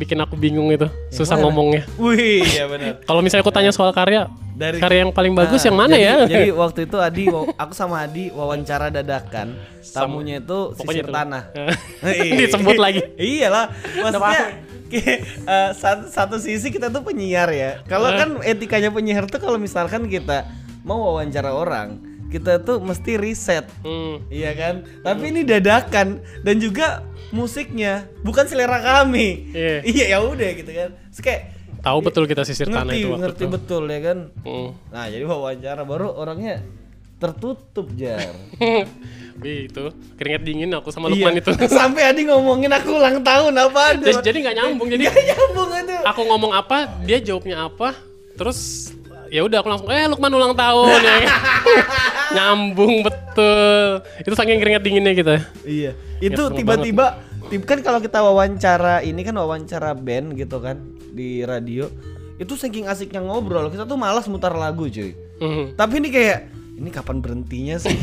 Speaker 1: bikin aku bingung itu susah ngomongnya
Speaker 2: Wih, ya benar.
Speaker 1: kalau misalnya aku tanya soal karya
Speaker 2: Dari- Nah,
Speaker 1: karya yang paling bagus yang mana
Speaker 2: jadi,
Speaker 1: ya
Speaker 2: Jadi waktu itu Adi, wa- aku sama Adi wawancara dadakan. Tamunya itu
Speaker 1: Pokoknya
Speaker 2: sisir
Speaker 1: itu.
Speaker 2: tanah.
Speaker 1: disebut lagi
Speaker 2: Iyalah, maksudnya kayak, eh, satu, satu sisi kita tuh penyiar ya. Kalau
Speaker 1: Eh.
Speaker 2: kan etikanya penyiar tuh kalau misalkan kita mau wawancara orang, kita tuh mesti riset.
Speaker 1: Hmm.
Speaker 2: Iya kan? Tapi ini dadakan dan juga musiknya bukan selera kami.
Speaker 1: Iya.
Speaker 2: Iya ya udah gitu kan. Terus kayak
Speaker 1: tahu betul kita sisir tanah
Speaker 2: ngerti
Speaker 1: itu waktu
Speaker 2: ngerti
Speaker 1: itu.
Speaker 2: betul ya kan.
Speaker 1: Hmm.
Speaker 2: Nah, jadi wawancara baru orangnya tertutup jar.
Speaker 1: Wih itu keringat dingin aku
Speaker 2: Iya.
Speaker 1: sama Lukman itu.
Speaker 2: Sampai Adi ngomongin aku ulang tahun apa
Speaker 1: jadi
Speaker 2: aduh.
Speaker 1: jadi nggak nyambung. Jadi
Speaker 2: Gak nyambung aduh.
Speaker 1: aku ngomong apa, dia jawabnya apa, terus ya udah aku langsung eh Lukman ulang tahun ya. nyambung betul. Itu saking keringat dinginnya kita.
Speaker 2: Iya.
Speaker 1: Nggak
Speaker 2: Itu
Speaker 1: ketemu
Speaker 2: tiba-tiba tip kan kalau kita wawancara ini kan wawancara band gitu kan di radio. Itu saking asiknya ngobrol, kita tuh malas mutar lagu, cuy.
Speaker 1: Hmm.
Speaker 2: Tapi ini kayak ini kapan berhentinya sih?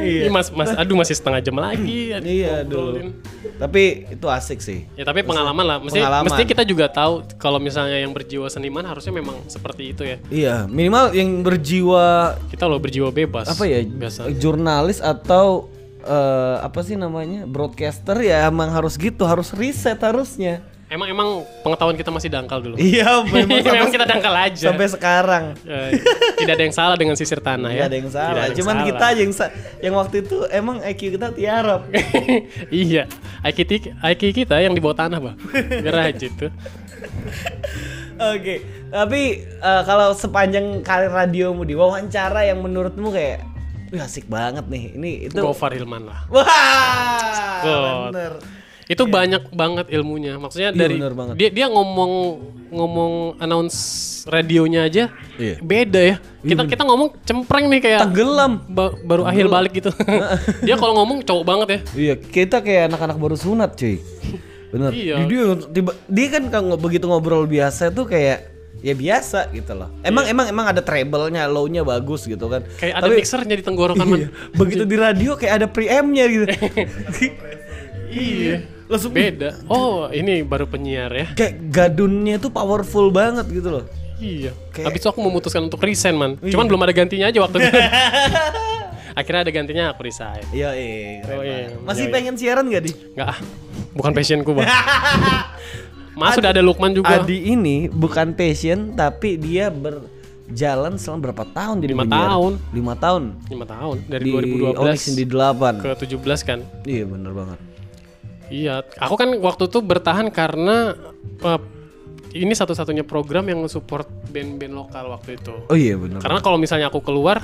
Speaker 1: Ih, Mas Mas aduh masih setengah jam lagi. Aduh,
Speaker 2: iya
Speaker 1: ngobrolin.
Speaker 2: dulu. Tapi itu asik sih.
Speaker 1: Ya tapi pengalaman lah. Mesti
Speaker 2: Pengalaman.
Speaker 1: mesti kita juga tahu kalau misalnya yang berjiwa seniman harusnya memang seperti itu ya.
Speaker 2: Iya, minimal yang berjiwa
Speaker 1: Kita loh berjiwa bebas.
Speaker 2: apa ya?
Speaker 1: Biasa.
Speaker 2: Jurnalis atau eh, apa sih namanya? broadcaster ya emang harus gitu, harus riset harusnya.
Speaker 1: emang emang pengetahuan kita masih dangkal dulu.
Speaker 2: Iya, memang sampai-
Speaker 1: memang kita dangkal aja.
Speaker 2: sampai sekarang.
Speaker 1: Eh, tidak ada yang salah dengan sisir tanah
Speaker 2: Nggak
Speaker 1: ya.
Speaker 2: ada yang
Speaker 1: Tidak
Speaker 2: salah.
Speaker 1: yang
Speaker 2: Cuman
Speaker 1: salah.
Speaker 2: kita aja yang sa- yang waktu itu emang IQ kita tiarap.
Speaker 1: iya, IQ, ti- IQ kita yang di bawah tanah, Bang. Gerah itu.
Speaker 2: Oke, tapi eh, kalau sepanjang karir radiomu di wawancara yang menurutmu kayak Wih asik banget nih. Ini itu
Speaker 1: Gofar Hilman lah.
Speaker 2: Wah,
Speaker 1: God.
Speaker 2: bener.
Speaker 1: Itu banyak banget ilmunya. Maksudnya
Speaker 2: Iya,
Speaker 1: dari
Speaker 2: bener banget.
Speaker 1: dia dia ngomong ngomong announce radionya aja
Speaker 2: Iya.
Speaker 1: beda ya. Kita kita ngomong cempreng nih kayak
Speaker 2: Tenggelam.
Speaker 1: ba- baru akhir balik gitu. dia kalau ngomong cowok banget ya.
Speaker 2: Iya, kita kayak anak-anak baru sunat, cuy. Bener.
Speaker 1: Iya.
Speaker 2: Dia, dia- tiba- dia kan kalau ngo- begitu ngobrol biasa tuh kayak ya biasa gitu loh. Emang emang emang ada treble-nya, low-nya bagus gitu kan.
Speaker 1: Iya. Kayak ada mixernya di tenggorokan man.
Speaker 2: Iya, begitu di radio kayak ada preamp-nya gitu.
Speaker 1: Iya.
Speaker 2: Langsung
Speaker 1: Beda. Oh, ini baru penyiar ya.
Speaker 2: kayak gadunnya tuh powerful banet gitu loh.
Speaker 1: Iya.
Speaker 2: Kayak-
Speaker 1: Habis itu aku memutuskan untuk resign, man. Cuman belum ada gantinya aja waktu itu. Akhirnya ada gantinya aku resign.
Speaker 2: Iya, iya. keren
Speaker 1: Oh, iya.
Speaker 2: banget. Masih
Speaker 1: Iya, iya.
Speaker 2: pengen siaran gak, Di?
Speaker 1: Enggak ah. Bukan passionku, Bang. Mas sudah ada Lukman juga.
Speaker 2: Adi ini bukan passion tapi dia berjalan selama berapa tahun jadi
Speaker 1: Lima
Speaker 2: penyiar?
Speaker 1: tahun.
Speaker 2: Lima tahun.
Speaker 1: 5 tahun dari
Speaker 2: Di Onyx di
Speaker 1: 2012
Speaker 2: delapan.
Speaker 1: ke 17 kan.
Speaker 2: Iya bener banget.
Speaker 1: Iya, aku kan waktu itu bertahan karena eh, ini satu-satunya program yang support band-band lokal waktu itu.
Speaker 2: Oh iya bener.
Speaker 1: Karena kalau misalnya aku keluar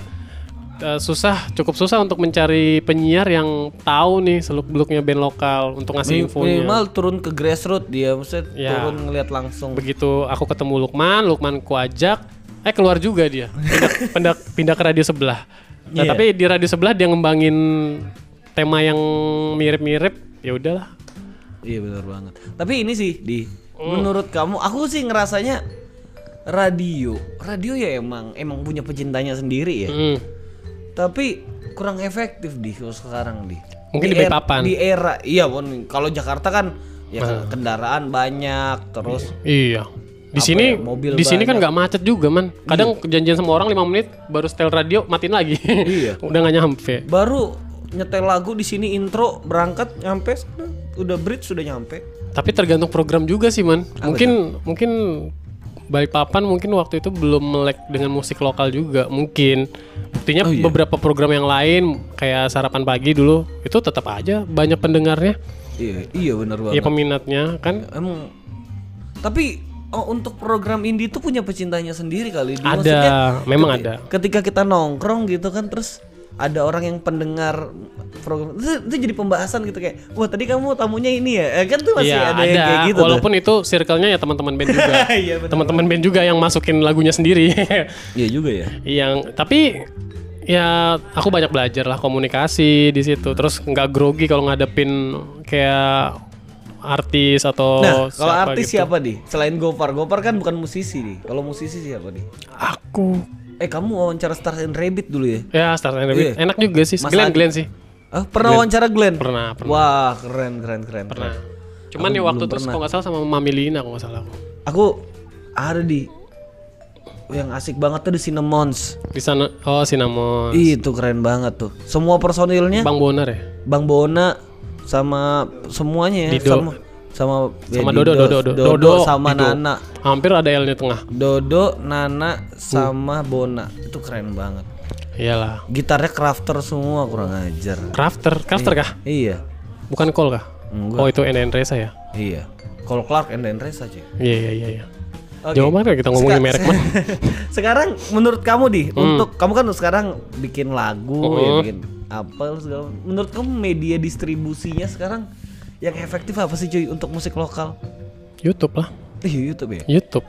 Speaker 1: eh, susah, cukup susah untuk mencari penyiar yang tahu nih seluk-beluknya band lokal untuk ngasih infonya.
Speaker 2: Minimal turun ke grassroots dia, maksudnya
Speaker 1: Ya.
Speaker 2: turun ngeliat langsung.
Speaker 1: Begitu aku ketemu Lukman, Lukman ku ajak, eh keluar juga dia. Pindah, pindah, pindah ke radio sebelah. Nah,
Speaker 2: Iya.
Speaker 1: tapi di radio sebelah dia ngembangin tema yang mirip-mirip, ya udahlah.
Speaker 2: Iya bener banget. Tapi ini sih di
Speaker 1: Oh.
Speaker 2: menurut kamu, aku sih ngerasanya radio, radio ya emang emang punya pecintanya sendiri ya.
Speaker 1: Mm.
Speaker 2: Tapi kurang efektif di kalau sekarang di.
Speaker 1: Mungkin
Speaker 2: di
Speaker 1: di
Speaker 2: era,
Speaker 1: Balikpapan.
Speaker 2: Di era iya Bon. kalau Jakarta kan ya kendaraan banyak terus
Speaker 1: Nah. Iya. Di
Speaker 2: Apa
Speaker 1: sini
Speaker 2: ya, mobil
Speaker 1: di sini kan nggak macet juga, man. Kadang janjian sama orang 5 menit baru setel radio, matiin lagi.
Speaker 2: Iya.
Speaker 1: Udah nggak nyampe.
Speaker 2: baru nyetel lagu di sini intro berangkat nyampe sudah, udah bridge sudah nyampe.
Speaker 1: Tapi tergantung program juga sih, man. Mungkin mungkin Balikpapan mungkin waktu itu belum melek dengan musik lokal juga, mungkin. Buktinya
Speaker 2: Oh, iya?
Speaker 1: beberapa program yang lain kayak sarapan pagi dulu itu tetap aja banyak pendengarnya,
Speaker 2: Iya, iya bener banget. Iya.
Speaker 1: ya peminatnya kan.
Speaker 2: Emang tapi oh, untuk program indie itu punya pecintanya sendiri kali. Di.
Speaker 1: Ada,
Speaker 2: Maksudnya,
Speaker 1: memang
Speaker 2: keti-
Speaker 1: ada.
Speaker 2: Ketika kita nongkrong gitu kan terus ada orang yang pendengar program itu, itu jadi pembahasan gitu kayak wah tadi kamu tamunya ini ya Eh, kan tuh masih
Speaker 1: Iya,
Speaker 2: ada,
Speaker 1: ada.
Speaker 2: yang kayak gitu tuh.
Speaker 1: Walaupun itu circle-nya ya teman-teman band juga.
Speaker 2: Iya, benar.
Speaker 1: teman-teman band juga yang masukin lagunya sendiri.
Speaker 2: Iya juga ya.
Speaker 1: yang tapi ya aku banyak belajar lah komunikasi di situ terus nggak grogi kalau ngadepin kayak artis atau
Speaker 2: Nah, kalau
Speaker 1: siapa
Speaker 2: artis
Speaker 1: gitu.
Speaker 2: siapa di? Selain Gopar, Gopar kan bukan musisi di. Kalau musisi siapa di?
Speaker 1: aku
Speaker 2: Eh kamu wawancara Stars and Rabbit dulu ya?
Speaker 1: ya Star and Rabbit.
Speaker 2: Iya.
Speaker 1: enak juga sih
Speaker 2: Mas
Speaker 1: Glenn
Speaker 2: Adi.
Speaker 1: Glenn sih
Speaker 2: Ah, pernah wawancara Glenn?
Speaker 1: pernah pernah
Speaker 2: Wah keren keren keren.
Speaker 1: pernah cuman ya waktu terus kalau nggak salah sama Mami Lina kalau nggak salah aku
Speaker 2: Aku ada di yang asik banget tuh di Cinemons.
Speaker 1: di sana oh Sinamon
Speaker 2: Ih, Itu keren banget tuh. Semua personilnya
Speaker 1: Bang Bonar ya
Speaker 2: Bang Bona sama semuanya ya
Speaker 1: Dido.
Speaker 2: sama sama, ya,
Speaker 1: Sama Dodo, Dodo, Dodo. Dodo,
Speaker 2: sama
Speaker 1: Dido.
Speaker 2: Nana.
Speaker 1: hampir ada L nya tengah
Speaker 2: Dodo, Nana sama Bona. Itu keren banget.
Speaker 1: iyalah
Speaker 2: Gitarnya crafter semua kurang ajar.
Speaker 1: Crafter Crafter kah
Speaker 2: Iya.
Speaker 1: bukan Cole kah
Speaker 2: Enggak.
Speaker 1: oh itu NN Reza ya
Speaker 2: Iya. Kalau Clark and Reza aja.
Speaker 1: iya iya iya iya
Speaker 2: Oke.
Speaker 1: jauh banget ya kita ngomongin merek Hmm. man
Speaker 2: sekarang menurut kamu di untuk kamu kan sekarang bikin lagu
Speaker 1: Oh,
Speaker 2: ya
Speaker 1: iya.
Speaker 2: bikin apa segala menurut kamu media distribusinya sekarang yang efektif apa sih cuy untuk musik lokal
Speaker 1: YouTube lah
Speaker 2: Ih, YouTube ya
Speaker 1: YouTube.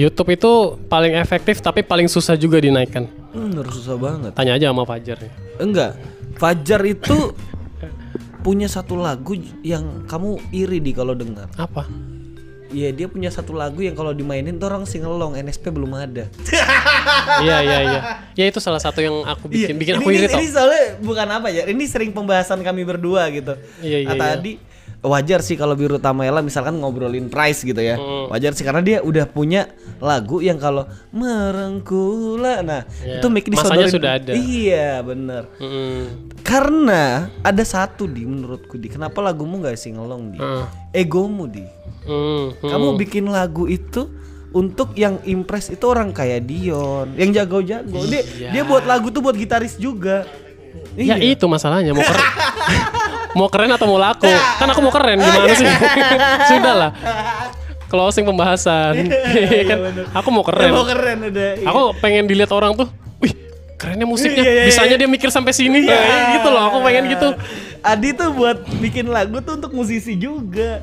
Speaker 1: YouTube itu paling efektif tapi paling susah juga dinaikkan.
Speaker 2: Hmm, harus susah banget
Speaker 1: Tanya aja sama Fajar ya.
Speaker 2: enggak Fajar itu punya satu lagu yang kamu iri di kalau dengar
Speaker 1: Apa?
Speaker 2: Iya dia punya satu lagu yang kalau dimainin tuh orang singelong NSP belum ada
Speaker 1: Iya iya iya. Ya itu salah satu yang aku bikin bikin
Speaker 2: Iya, ini,
Speaker 1: aku iri
Speaker 2: ini,
Speaker 1: tau.
Speaker 2: ini soalnya bukan apa ya. Ini sering pembahasan kami berdua gitu.
Speaker 1: Iya, iya,
Speaker 2: Nah,
Speaker 1: iya.
Speaker 2: Tadi wajar sih kalau Biru Tamela misalkan ngobrolin price gitu ya.
Speaker 1: Hmm.
Speaker 2: Wajar sih karena dia udah punya lagu yang kalau merengkula. Nah,
Speaker 1: Iya.
Speaker 2: itu make
Speaker 1: Masanya sudah ada.
Speaker 2: Iya, bener
Speaker 1: Mm-mm. Hmm.
Speaker 2: Karena ada satu di menurutku di. Kenapa lagumu nggak singelong di?
Speaker 1: Heeh.
Speaker 2: Egomu di.
Speaker 1: Hmm, hmm.
Speaker 2: Kamu bikin lagu itu untuk yang impress itu orang kayak Dion, yang jago-jago. Dia
Speaker 1: Iya.
Speaker 2: dia buat lagu tuh buat gitaris juga.
Speaker 1: Ya
Speaker 2: Iya.
Speaker 1: itu masalahnya mau keren. mau keren atau mau laku?
Speaker 2: Nah.
Speaker 1: Kan aku mau keren
Speaker 2: Iya.
Speaker 1: gimana sih? Sudah lah. Closing pembahasan. Iya kan? Aku mau
Speaker 2: keren. Emang
Speaker 1: keren.
Speaker 2: keren udah. iya.
Speaker 1: Aku pengen dilihat orang tuh, wih, kerennya musiknya.
Speaker 2: Iya, iya, iya.
Speaker 1: Bisanya dia mikir sampai sini. Nah, gitu loh, aku pengen gitu.
Speaker 2: Adi tuh buat bikin lagu tuh untuk musisi juga.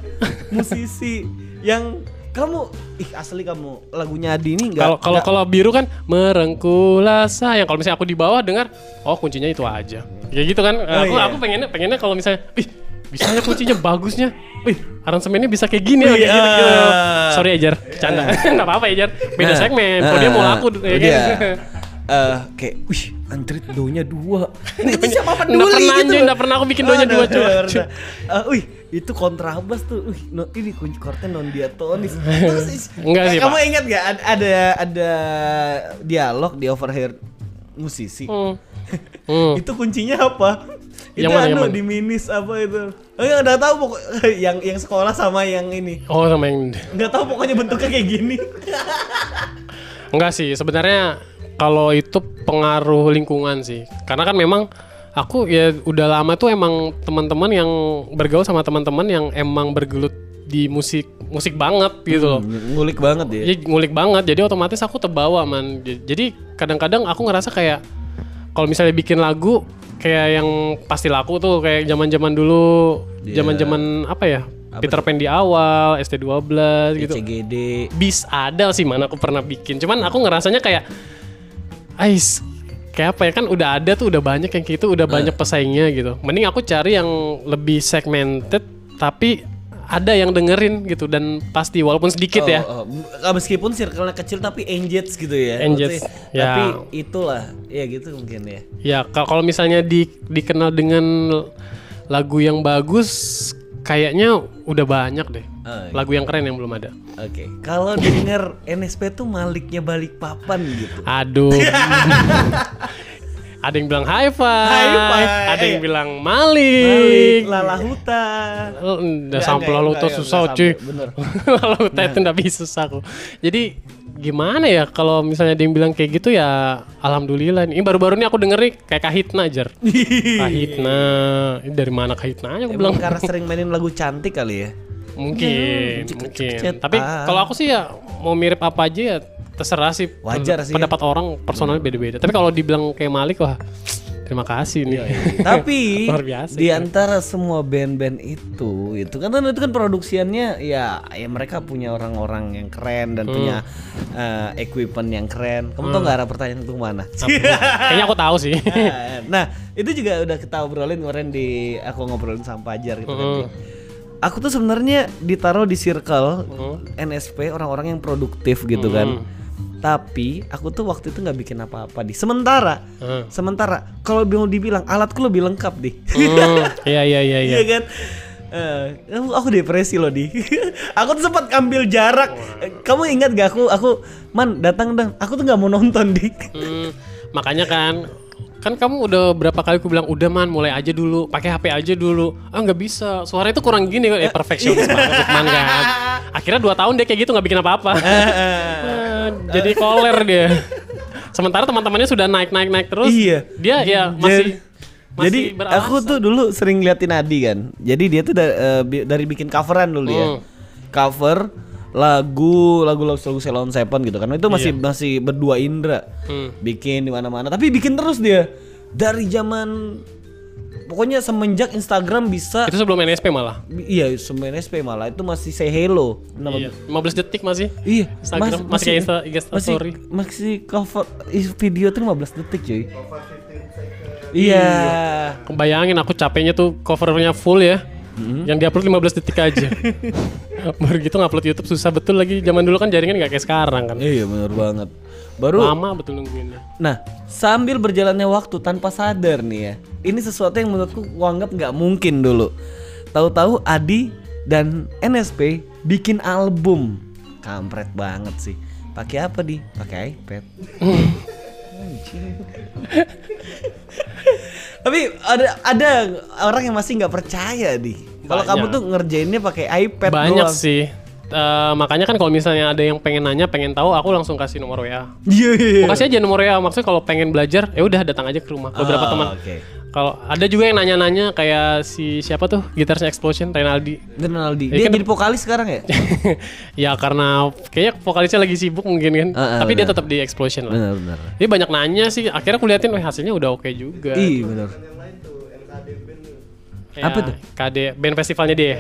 Speaker 2: musisi yang kamu ih asli kamu lagunya Adi ini Ya, enggak
Speaker 1: Kalau kalau kalau biru kan merengkulah sayang. Kalau misalnya aku di bawah dengar, oh kuncinya itu aja. Ya gitu kan. aku
Speaker 2: iya.
Speaker 1: aku pengennya pengennya kalau misalnya, ih bisa ya kuncinya bagusnya. Wih, aransemennya bisa kayak gini
Speaker 2: Wih,
Speaker 1: kayak gini, gitu.
Speaker 2: ah.
Speaker 1: Sorry Ejar, bercanda.
Speaker 2: Iya.
Speaker 1: Enggak apa-apa Ejar. Beda segmen. Kalau dia mau laku ya
Speaker 2: dia.
Speaker 1: kan?
Speaker 2: Nah. Eh, kayak, wih, antrit donya dua. itu siapa
Speaker 1: Nggak
Speaker 2: peduli
Speaker 1: pernah
Speaker 2: gitu?
Speaker 1: anjing,
Speaker 2: loh.
Speaker 1: nggak pernah aku bikin donya
Speaker 2: Oh,
Speaker 1: dua,
Speaker 2: nggak
Speaker 1: coba.
Speaker 2: pernah. Eh, wih, itu kontrabas tuh. Wih, no, ini kunci korten non diatonis. Terus is- Eh,
Speaker 1: Enggak sih,
Speaker 2: Kamu
Speaker 1: Pak.
Speaker 2: ingat gak ad- ada ada dialog di overheard musisi?
Speaker 1: Hmm. Hmm.
Speaker 2: itu kuncinya apa?
Speaker 1: Yang
Speaker 2: itu
Speaker 1: mana, yang
Speaker 2: anu
Speaker 1: mana?
Speaker 2: di minis apa itu? Eh, yang udah tahu pokok yang yang sekolah sama yang ini.
Speaker 1: Oh sama yang
Speaker 2: Nggak tahu pokoknya bentuknya kayak gini.
Speaker 1: Enggak sih, sebenarnya kalau itu pengaruh lingkungan sih. Karena kan memang aku ya udah lama tuh emang teman-teman yang bergaul sama teman-teman yang emang bergelut di musik musik banget gitu
Speaker 2: Hmm.
Speaker 1: loh.
Speaker 2: Ngulik banget
Speaker 1: Ya ngulik banget. Jadi otomatis aku terbawa man. J- Jadi kadang-kadang aku ngerasa kayak kalau misalnya bikin lagu kayak yang pasti laku tuh kayak zaman-zaman dulu,
Speaker 2: Iya.
Speaker 1: zaman-zaman apa ya? Peter Pan di awal, ST12
Speaker 2: E
Speaker 1: gitu
Speaker 2: CGD.
Speaker 1: bis ada sih mana aku pernah bikin cuman aku ngerasanya kayak ais kayak apa ya kan udah ada tuh udah banyak yang kayak gitu udah banyak
Speaker 2: Nah.
Speaker 1: pesaingnya gitu mending aku cari yang lebih segmented tapi ada yang dengerin gitu dan pasti walaupun sedikit ya
Speaker 2: Oh, oh. meskipun circle-nya kecil tapi engaged gitu ya.
Speaker 1: Engaged,
Speaker 2: Maksudnya,
Speaker 1: ya.
Speaker 2: Tapi itulah, ya gitu mungkin ya.
Speaker 1: ya ka- kalau misalnya di- dikenal dengan lagu yang bagus kayaknya udah banyak deh
Speaker 2: Ah, iya.
Speaker 1: lagu yang keren yang belum ada
Speaker 2: Oke. Kalau denger NSP tuh Maliknya balik papan gitu.
Speaker 1: Aduh. ada yang bilang high five,
Speaker 2: High five.
Speaker 1: ada yang bilang
Speaker 2: Malik
Speaker 1: Malik.
Speaker 2: lalahuta.
Speaker 1: L- Udah
Speaker 2: Nggak,
Speaker 1: Eh, sampai
Speaker 2: nggak,
Speaker 1: lalu
Speaker 2: nggak,
Speaker 1: tuh
Speaker 2: nggak,
Speaker 1: susah
Speaker 2: nggak
Speaker 1: cuy.
Speaker 2: sampai, Nah. bener.
Speaker 1: Lalu tuh itu nggak bisa susah aku. Jadi gimana ya kalau misalnya ada yang bilang kayak gitu ya alhamdulillah nih. ini baru-baru ini aku denger nih kayak Kahitna ajar Kahitna ini dari mana Kahitna aja aku bilang
Speaker 2: Emang karena sering mainin lagu cantik kali ya.
Speaker 1: mungkin
Speaker 2: Cek, cek,
Speaker 1: mungkin
Speaker 2: cek,
Speaker 1: tapi
Speaker 2: ah.
Speaker 1: kalau aku sih ya mau mirip apa aja ya terserah sih
Speaker 2: Wajar
Speaker 1: Pen-
Speaker 2: sih. ya.
Speaker 1: pendapat orang personalnya beda-beda tapi kalau dibilang kayak Malik wah terima kasih nih
Speaker 2: Iya, Tapi
Speaker 1: Luar biasa iya.
Speaker 2: di antara semua band-band itu, itu kan itu kan produksiannya ya ya mereka punya orang-orang yang keren
Speaker 1: Hmm.
Speaker 2: dan punya eh, equipment yang keren. Kamu tau nggak arah pertanyaan itu kemana?
Speaker 1: kayaknya aku tahu sih
Speaker 2: nah itu juga udah kita obrolin kemarin di aku ngobrolin sama Pajar gitu kan.
Speaker 1: Hmm.
Speaker 2: Aku tuh sebenarnya ditaruh di circle
Speaker 1: Hmm.
Speaker 2: NSP orang-orang yang produktif gitu kan. Tapi aku tuh waktu itu nggak bikin apa-apa di. Sementara,
Speaker 1: Hmm.
Speaker 2: sementara kalau mau dibilang alatku lebih lengkap deh.
Speaker 1: Hmm, iya iya iya iya
Speaker 2: Iya kan? Eh, aku- aku depresi loh di. aku tuh sempat ambil jarak. Eh, Kamu ingat gak aku? Aku man datang dong. Aku tuh nggak mau nonton di.
Speaker 1: Hmm, makanya kan kan kamu udah berapa kali aku bilang udah man mulai aja dulu pakai HP aja dulu ah nggak bisa suara itu kurang gini kan eh perfeksionis banget man kan akhirnya dua tahun dia kayak gitu nggak bikin apa-apa Ah, jadi koler dia sementara teman-temannya sudah naik naik naik terus
Speaker 2: Iya.
Speaker 1: dia ya
Speaker 2: Jadi-
Speaker 1: masih masih
Speaker 2: Jadi
Speaker 1: beralasan.
Speaker 2: aku tuh dulu sering ngeliatin Adi kan. Jadi dia tuh da- eh, bi- dari bikin coveran dulu ya.
Speaker 1: Hmm.
Speaker 2: Cover lagu lagu lagu lagu Ceylon Seven gitu kan. Itu
Speaker 1: Iya.
Speaker 2: masih masih berdua Indra.
Speaker 1: Hmm.
Speaker 2: Bikin di mana-mana tapi bikin terus dia dari zaman pokoknya semenjak Instagram bisa
Speaker 1: itu sebelum NSP malah
Speaker 2: Bi- Iya, semen SP malah itu masih say hello. Nama
Speaker 1: iya. 15 detik masih
Speaker 2: Iya,
Speaker 1: Instagram, masih kayak Insta- Insta
Speaker 2: masih,
Speaker 1: story.
Speaker 2: masih cover is- video tuh 15 detik, cuy. Iya.
Speaker 1: Bayangin aku capeknya tuh covernya full ya.
Speaker 2: Mm-hmm.
Speaker 1: Yang diupload 15 detik aja. Baru gitu ngupload YouTube susah betul lagi. Zaman dulu kan jaringan nggak kayak sekarang kan.
Speaker 2: Iya, bener banget. Baru
Speaker 1: Lama betul nungguinnya.
Speaker 2: nah, sambil berjalannya waktu tanpa sadar nih ya. Ini sesuatu yang menurutku kuanggap nggak mungkin dulu. Tahu-tahu Adi dan NSP bikin album. Kampret banget sih. Pakai apa, Di? Pakai iPad. Tapi ada ada orang yang masih nggak percaya di. Kalau
Speaker 1: Banyak.
Speaker 2: kamu tuh ngerjainnya pakai iPad
Speaker 1: Banyak
Speaker 2: doang.
Speaker 1: sih. eh, makanya kan kalau misalnya ada yang pengen nanya, pengen tahu, aku langsung kasih nomor WA.
Speaker 2: Iya iya.
Speaker 1: Mau kasih aja nomor WA. Maksudnya kalau pengen belajar, ya udah datang aja ke rumah. Beberapa
Speaker 2: Ah,
Speaker 1: teman.
Speaker 2: Oke.
Speaker 1: Kalau ada juga yang nanya-nanya kayak si siapa tuh gitarisnya Explosion, Renaldi.
Speaker 2: Dan Ronaldi.
Speaker 1: Ya,
Speaker 2: Dia
Speaker 1: kan-
Speaker 2: jadi vokalis sekarang ya?
Speaker 1: ya karena kayaknya vokalisnya lagi sibuk mungkin kan.
Speaker 2: Ah, ah,
Speaker 1: Tapi dia
Speaker 2: benar.
Speaker 1: tetap di Explosion lah.
Speaker 2: benar benar.
Speaker 1: Dia banyak nanya sih. Akhirnya aku liatin, wah hasilnya udah oke juga.
Speaker 2: Ih, benar.
Speaker 1: Ya,
Speaker 2: apa tuh?
Speaker 1: KD band festivalnya dia.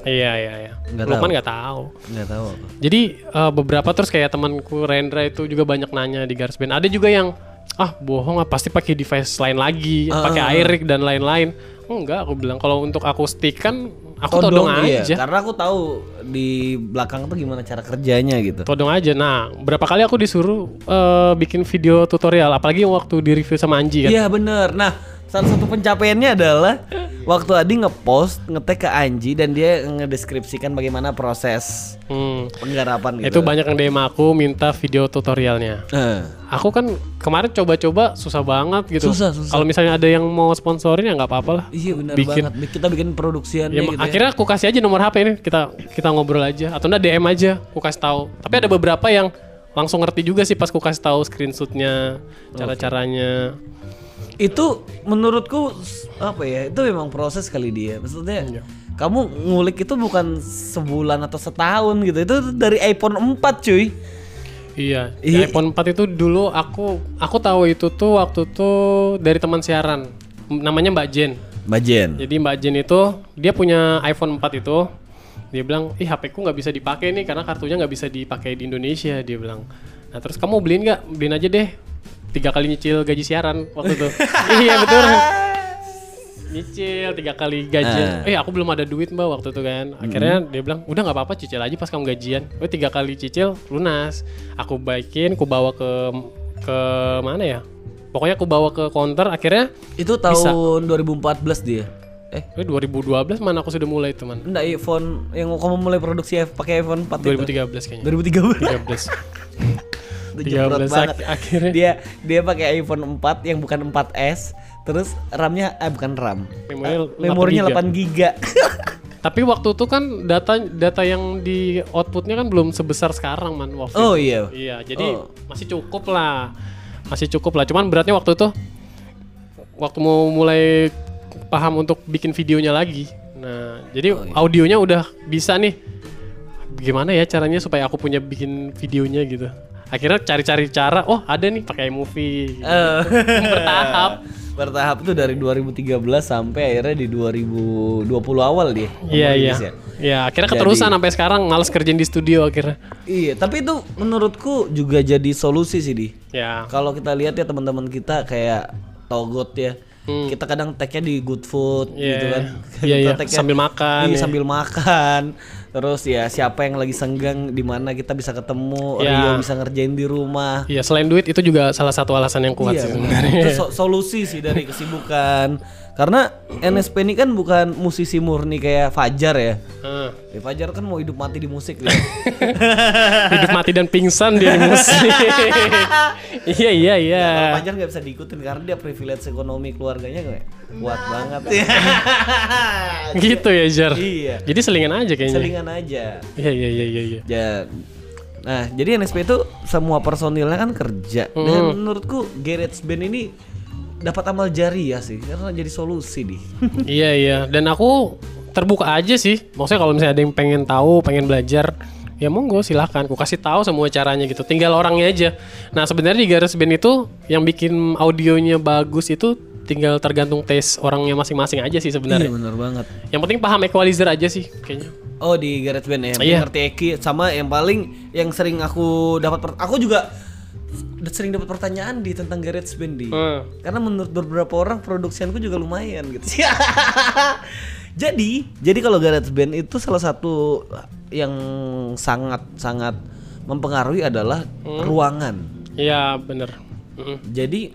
Speaker 1: Iya iya iya.
Speaker 2: Nggak
Speaker 1: Lukman
Speaker 2: tahu.
Speaker 1: nggak tahu.
Speaker 2: Enggak tahu aku.
Speaker 1: Jadi eh, beberapa terus kayak temanku Rendra itu juga banyak nanya di garis band. Ada juga yang ah bohong ah pasti pakai device lain lagi,
Speaker 2: Ah.
Speaker 1: pakai Airik dan lain-lain. Enggak, aku bilang kalau untuk aku stick kan aku todong,
Speaker 2: iya,
Speaker 1: aja.
Speaker 2: Karena aku tahu di belakang tuh gimana cara kerjanya gitu.
Speaker 1: Todong aja. Nah, berapa kali aku disuruh eh, bikin video tutorial apalagi waktu di review sama Anji kan.
Speaker 2: Iya bener. Nah salah satu pencapaiannya adalah waktu Adi ngepost ngetek ke Anji dan dia ngedeskripsikan bagaimana proses
Speaker 1: Hmm,
Speaker 2: penggarapan
Speaker 1: Itu
Speaker 2: gitu.
Speaker 1: banyak yang DM aku minta video tutorialnya.
Speaker 2: Eh,
Speaker 1: Aku kan kemarin coba-coba susah banget gitu.
Speaker 2: Susah, susah.
Speaker 1: Kalau misalnya ada yang mau sponsorin ya nggak apa-apa lah.
Speaker 2: iya bener
Speaker 1: Bikin.
Speaker 2: banget. Kita bikin produksiannya
Speaker 1: Ya,
Speaker 2: gitu. ya.
Speaker 1: akhirnya aku kasih aja nomor HP ini kita kita ngobrol aja atau enggak DM aja aku kasih tahu tapi ada beberapa yang langsung ngerti juga sih pas aku kasih tahu screenshotnya cara caranya
Speaker 2: itu menurutku s- apa ya itu memang proses kali dia maksudnya
Speaker 1: Iya.
Speaker 2: kamu ngulik itu bukan sebulan atau setahun gitu itu dari iPhone 4 cuy
Speaker 1: iya
Speaker 2: Iya.
Speaker 1: iPhone 4 itu dulu aku aku tahu itu tuh waktu tuh dari teman siaran M- namanya Mbak Jen
Speaker 2: Bajen
Speaker 1: jadi Mbak Jen itu dia punya iPhone 4 itu dia bilang ih HP ku nggak bisa dipakai nih karena kartunya nggak bisa dipakai di Indonesia dia bilang nah terus kamu mau beliin nggak beliin aja deh tiga kali nyicil gaji siaran waktu itu iya betul nyicil tiga kali gajian. Eh aku belum ada duit mbak waktu itu kan. Akhirnya dia bilang udah nggak apa-apa cicil aja pas kamu gajian. Gue tiga kali cicil lunas. Aku baikin, aku bawa ke ke mana ya? Pokoknya aku bawa ke counter. Akhirnya
Speaker 2: itu tahun 2014 dia eh
Speaker 1: eh, 2012 mana aku sudah mulai teman.
Speaker 2: enggak iPhone yang kamu mulai produksi i- pakai iPhone 4 itu
Speaker 1: 2013 kayaknya.
Speaker 2: 2013
Speaker 1: 2013.
Speaker 2: Itu jembrot
Speaker 1: 13
Speaker 2: banget.
Speaker 1: Iya, ak- akhirnya.
Speaker 2: dia dia pakai iPhone 4 yang bukan 4S terus RAM-nya eh bukan RAM
Speaker 1: Memorinya
Speaker 2: Ah, memorinya
Speaker 1: 8
Speaker 2: 8 giga
Speaker 1: Tapi waktu itu kan data data yang di outputnya kan belum sebesar sekarang man. Waktu
Speaker 2: oh iya
Speaker 1: Iya, jadi
Speaker 2: Oh.
Speaker 1: masih cukup lah, masih cukup lah. Cuman beratnya waktu itu, waktu mau mulai paham untuk bikin videonya lagi. Nah, jadi
Speaker 2: Oh, iya.
Speaker 1: audionya udah bisa nih. Gimana ya caranya supaya aku punya bikin videonya gitu? Akhirnya cari-cari cara. Oh, ada nih pakai movie.
Speaker 2: Eh.
Speaker 1: Bertahap.
Speaker 2: bertahap tuh dari 2013 sampai akhirnya di 2020 awal dia.
Speaker 1: Iya
Speaker 2: ya.
Speaker 1: iya.
Speaker 2: rilisnya.
Speaker 1: Iya, akhirnya
Speaker 2: Jadi-
Speaker 1: keterusan sampai sekarang males kerjain di studio akhirnya.
Speaker 2: Iya, tapi itu menurutku juga jadi solusi sih di.
Speaker 1: Ya.
Speaker 2: Kalau kita lihat ya teman-teman kita kayak Togot ya. Kita kadang tag-nya di Good Food
Speaker 1: Hmm. Iya,
Speaker 2: gitu kan.
Speaker 1: iya. Iya, iya.
Speaker 2: Kita tag-nya-
Speaker 1: Sambil makan,
Speaker 2: Iya,
Speaker 1: ya.
Speaker 2: sambil makan. Terus ya siapa yang lagi senggang di mana kita bisa ketemu,
Speaker 1: Iya.
Speaker 2: Rio bisa ngerjain di rumah.
Speaker 1: Iya, selain duit itu juga salah satu alasan yang kuat sih
Speaker 2: Iya, benar.
Speaker 1: sebenarnya.
Speaker 2: Itu so- solusi sih dari kesibukan. Karena NSP ini kan bukan musisi murni kayak Fajar ya.
Speaker 1: Heeh.
Speaker 2: Ya, Fajar kan mau hidup mati di musik dia.
Speaker 1: Ah, hidup mati dan pingsan dia di musik. iya iya iya.
Speaker 2: Kalau Fajar nggak bisa diikutin karena dia privilege ekonomi keluarganya kayak kuat banget.
Speaker 1: Gitu ya Jar.
Speaker 2: Iya.
Speaker 1: Jadi selingan aja kayaknya.
Speaker 2: Selingan aja.
Speaker 1: Iya iya iya iya. iya.
Speaker 2: Ya. Nah, jadi NSP itu semua personilnya kan kerja. Dan menurutku Garage Band ini dapat amal jari ya sih karena jadi solusi di.
Speaker 1: Iya iya. Dan aku terbuka aja sih. Maksudnya kalau misalnya ada yang pengen tahu, pengen belajar, ya monggo silahkan. Aku kasih tahu semua caranya gitu. Tinggal orangnya aja. Nah sebenarnya di garis band itu yang bikin audionya bagus itu tinggal tergantung tes orangnya masing-masing aja sih sebenarnya.
Speaker 2: Iya, bener banget.
Speaker 1: Yang penting paham equalizer aja sih kayaknya.
Speaker 2: Oh di GarageBand ya,
Speaker 1: Iya.
Speaker 2: yang ngerti Eki sama yang paling yang sering aku dapat per- aku juga d- sering dapat pertanyaan di tentang GarageBand di.
Speaker 1: Hmm.
Speaker 2: Karena menurut beberapa orang produksianku juga lumayan gitu. jadi, jadi kalau GarageBand itu salah satu yang sangat sangat mempengaruhi adalah ruangan.
Speaker 1: Iya bener. Mm-mm.
Speaker 2: Jadi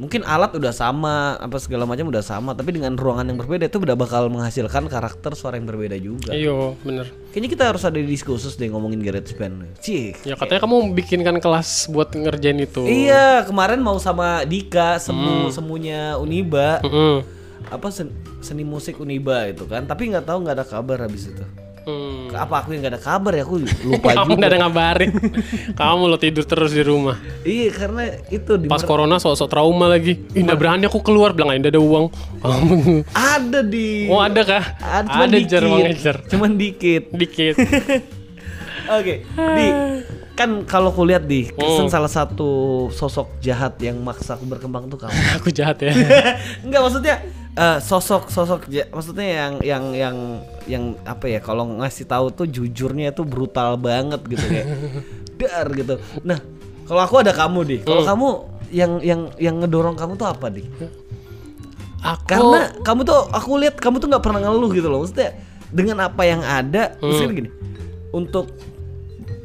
Speaker 2: mungkin alat udah sama apa segala macam udah sama tapi dengan ruangan yang berbeda itu udah bakal menghasilkan karakter suara yang berbeda juga.
Speaker 1: Iyo Iya, bener.
Speaker 2: Kayaknya kita harus ada diskursus deh ngomongin GarageBand. Cih.
Speaker 1: Ya katanya kamu bikinkan kelas buat ngerjain itu.
Speaker 2: Iya, kemarin mau sama Dika semu semunya Uniba.
Speaker 1: Mm-mm.
Speaker 2: Apa sen- seni musik Uniba itu kan, tapi nggak tahu nggak ada kabar habis itu.
Speaker 1: Mm-mm. Hmm.
Speaker 2: Apa aku yang gak ada kabar ya? Aku lupa
Speaker 1: Kamu
Speaker 2: juga.
Speaker 1: nggak ada ngabarin. Kamu lo tidur terus di rumah.
Speaker 2: Iya karena itu di
Speaker 1: Pas
Speaker 2: mer-
Speaker 1: corona sok-sok trauma lagi. Ih, nggak berani aku keluar bilang "Nggak ada uang. Kamu-
Speaker 2: ada di
Speaker 1: Oh ada kah?
Speaker 2: Iya. ada, cuman dikit.
Speaker 1: jar uangnya, jar.
Speaker 2: Cuman dikit.
Speaker 1: Dikit.
Speaker 2: Oke, di kan kalau kulihat di Kristen
Speaker 1: Hmm.
Speaker 2: salah satu sosok jahat yang maksa aku berkembang tuh kamu.
Speaker 1: Aku jahat ya.
Speaker 2: Enggak maksudnya eh, sosok-sosok ja- maksudnya yang yang yang yang apa ya kalau ngasih tahu tuh jujurnya itu brutal banget gitu kayak dar gitu. Nah, kalau aku ada kamu di. Kalau kamu yang yang yang ngedorong kamu tuh apa di?
Speaker 1: Aku
Speaker 2: Karena
Speaker 1: Oh.
Speaker 2: kamu tuh aku lihat kamu tuh nggak pernah ngeluh gitu loh. Maksudnya dengan apa yang ada,
Speaker 1: Hmm.
Speaker 2: maksudnya gini. Untuk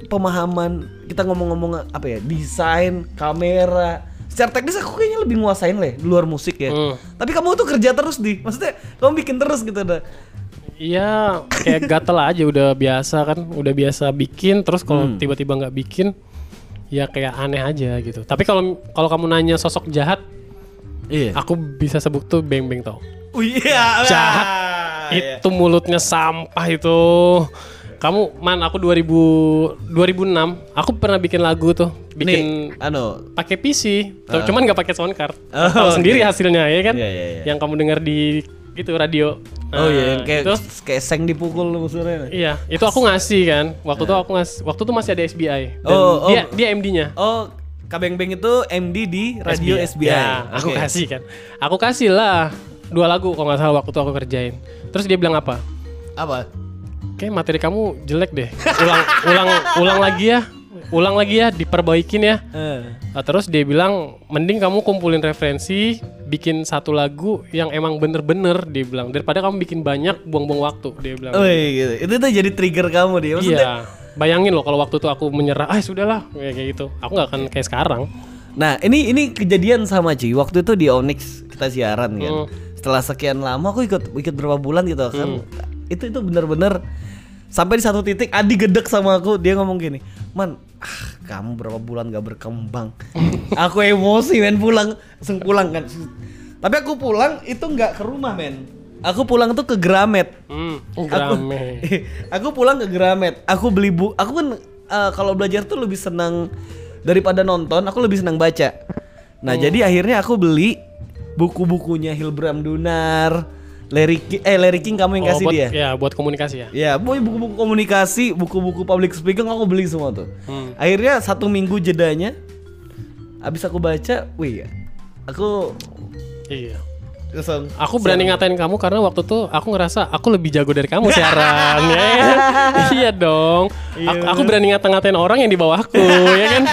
Speaker 2: pemahaman kita ngomong-ngomong apa ya, desain, kamera, secara teknis aku kayaknya lebih nguasain lah ya, di luar musik ya.
Speaker 1: Hmm.
Speaker 2: Tapi kamu tuh kerja terus di. Maksudnya kamu bikin terus gitu dah.
Speaker 1: Iya, kayak gatel aja udah biasa kan, udah biasa bikin. Terus kalau
Speaker 2: Hmm.
Speaker 1: tiba-tiba nggak bikin, ya kayak aneh aja gitu. Tapi kalau kalau kamu nanya sosok jahat,
Speaker 2: Iya.
Speaker 1: aku bisa sebut tuh beng beng tau.
Speaker 2: Oh iya.
Speaker 1: Jahat.
Speaker 2: Ah, iya.
Speaker 1: Itu mulutnya sampah itu. Kamu man, aku 2000 2006, aku pernah bikin lagu tuh, bikin
Speaker 2: Nih, anu
Speaker 1: pakai PC, tapi cuman nggak pakai sound card.
Speaker 2: Ah. Oh,
Speaker 1: Tahu
Speaker 2: oke.
Speaker 1: sendiri hasilnya ya kan?
Speaker 2: Iya, iya, iya.
Speaker 1: Yang kamu dengar di itu radio.
Speaker 2: Oh iya, yang
Speaker 1: Nah,
Speaker 2: kayak
Speaker 1: itu-
Speaker 2: kayak seng dipukul musuhnya.
Speaker 1: Iya, itu aku ngasih kan. Waktu itu aku ngasih, waktu itu masih ada SBI dan
Speaker 2: Iya. Oh, oh.
Speaker 1: dia dia MD-nya.
Speaker 2: Oh, Kabeng Beng itu MD di radio SBI.
Speaker 1: Ya, aku
Speaker 2: Oke.
Speaker 1: kasih kan. Aku kasih lah dua lagu kalau nggak salah waktu itu aku kerjain. Terus dia bilang apa?
Speaker 2: Apa?
Speaker 1: Kayak materi kamu jelek deh. Ulang ulang ulang lagi ya. Ulang lagi ya, diperbaikin ya.
Speaker 2: Eh.
Speaker 1: Nah, terus dia bilang mending kamu kumpulin referensi, bikin satu lagu yang emang bener-bener dia bilang daripada kamu bikin banyak buang-buang waktu dia bilang.
Speaker 2: Oh iya gitu. Itu tuh jadi trigger kamu dia. Maksudnya,
Speaker 1: Iya, bayangin loh kalau waktu itu aku menyerah, ah sudahlah kayak kayak gitu. Aku nggak akan kayak sekarang.
Speaker 2: Nah, ini ini kejadian sama Ci. Waktu itu di Onyx kita siaran kan. Setelah sekian lama aku ikut ikut berapa bulan gitu kan. Itu itu benar-benar sampai di satu titik Adi gedek sama aku dia ngomong gini, "Man, ah, kamu berapa bulan gak berkembang." aku emosi men pulang, langsung pulang kan. Tapi aku pulang itu nggak ke rumah men. Aku pulang tuh ke Gramet.
Speaker 1: Hmm,
Speaker 2: aku,
Speaker 1: rame.
Speaker 2: aku pulang ke Gramet. Aku beli bu. Aku kan eh, kalau belajar tuh lebih senang daripada nonton. Aku lebih senang baca.
Speaker 1: Oh.
Speaker 2: Nah jadi akhirnya aku beli buku-bukunya Hilbram Dunar, Larry Ki- eh Larry King kamu yang
Speaker 1: Oh,
Speaker 2: kasih
Speaker 1: buat,
Speaker 2: dia.
Speaker 1: Ya, buat komunikasi ya.
Speaker 2: Ya, boy buku-buku komunikasi, buku-buku public speaking aku beli semua tuh.
Speaker 1: Hmm.
Speaker 2: Akhirnya satu minggu jedanya, abis aku baca, wih, aku
Speaker 1: Iya.
Speaker 2: langsung
Speaker 1: Aku berani ngatain kamu karena waktu itu aku ngerasa aku lebih jago dari kamu siaran. ya kan? iya dong. Aku, aku berani ngata-ngatain orang yang di bawahku, ya kan?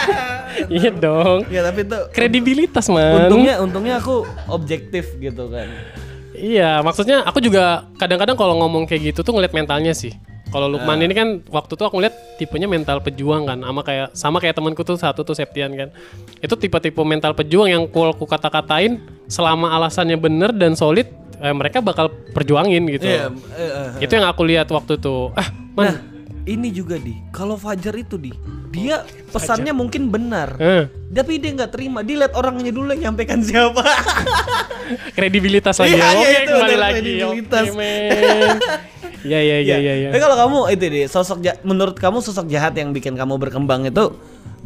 Speaker 1: iya dong.
Speaker 2: Ya tapi itu
Speaker 1: Kredibilitas, man.
Speaker 2: untungnya untungnya aku objektif gitu kan.
Speaker 1: Iya, maksudnya aku juga kadang-kadang kalau ngomong kayak gitu tuh ngeliat mentalnya sih. Kalau Lukman
Speaker 2: Nah.
Speaker 1: ini kan waktu tuh aku ngeliat tipenya mental pejuang kan, sama kayak sama kayak temanku tuh satu tuh Septian kan. Itu tipe-tipe mental pejuang yang kalau aku kata-katain selama alasannya bener dan solid, eh, mereka bakal perjuangin gitu.
Speaker 2: Iya, eh, eh, eh.
Speaker 1: Itu yang aku lihat waktu tuh. Ah, man.
Speaker 2: Nah, ini juga di. Kalau Fajar itu di, dia pesannya mungkin benar.
Speaker 1: Oh, Eh,
Speaker 2: Tapi dia nggak terima. Dia lihat orangnya dulu yang nyampaikan siapa.
Speaker 1: kredibilitas lagi.
Speaker 2: Iya,
Speaker 1: ya.
Speaker 2: iya,
Speaker 1: Oke,
Speaker 2: itu
Speaker 1: kembali
Speaker 2: bener,
Speaker 1: lagi.
Speaker 2: kredibilitas. Eh,
Speaker 1: Oke, men. Iya, iya, iya, iya, iya.
Speaker 2: Tapi kalau kamu itu di sosok ja- menurut kamu sosok jahat yang bikin kamu berkembang itu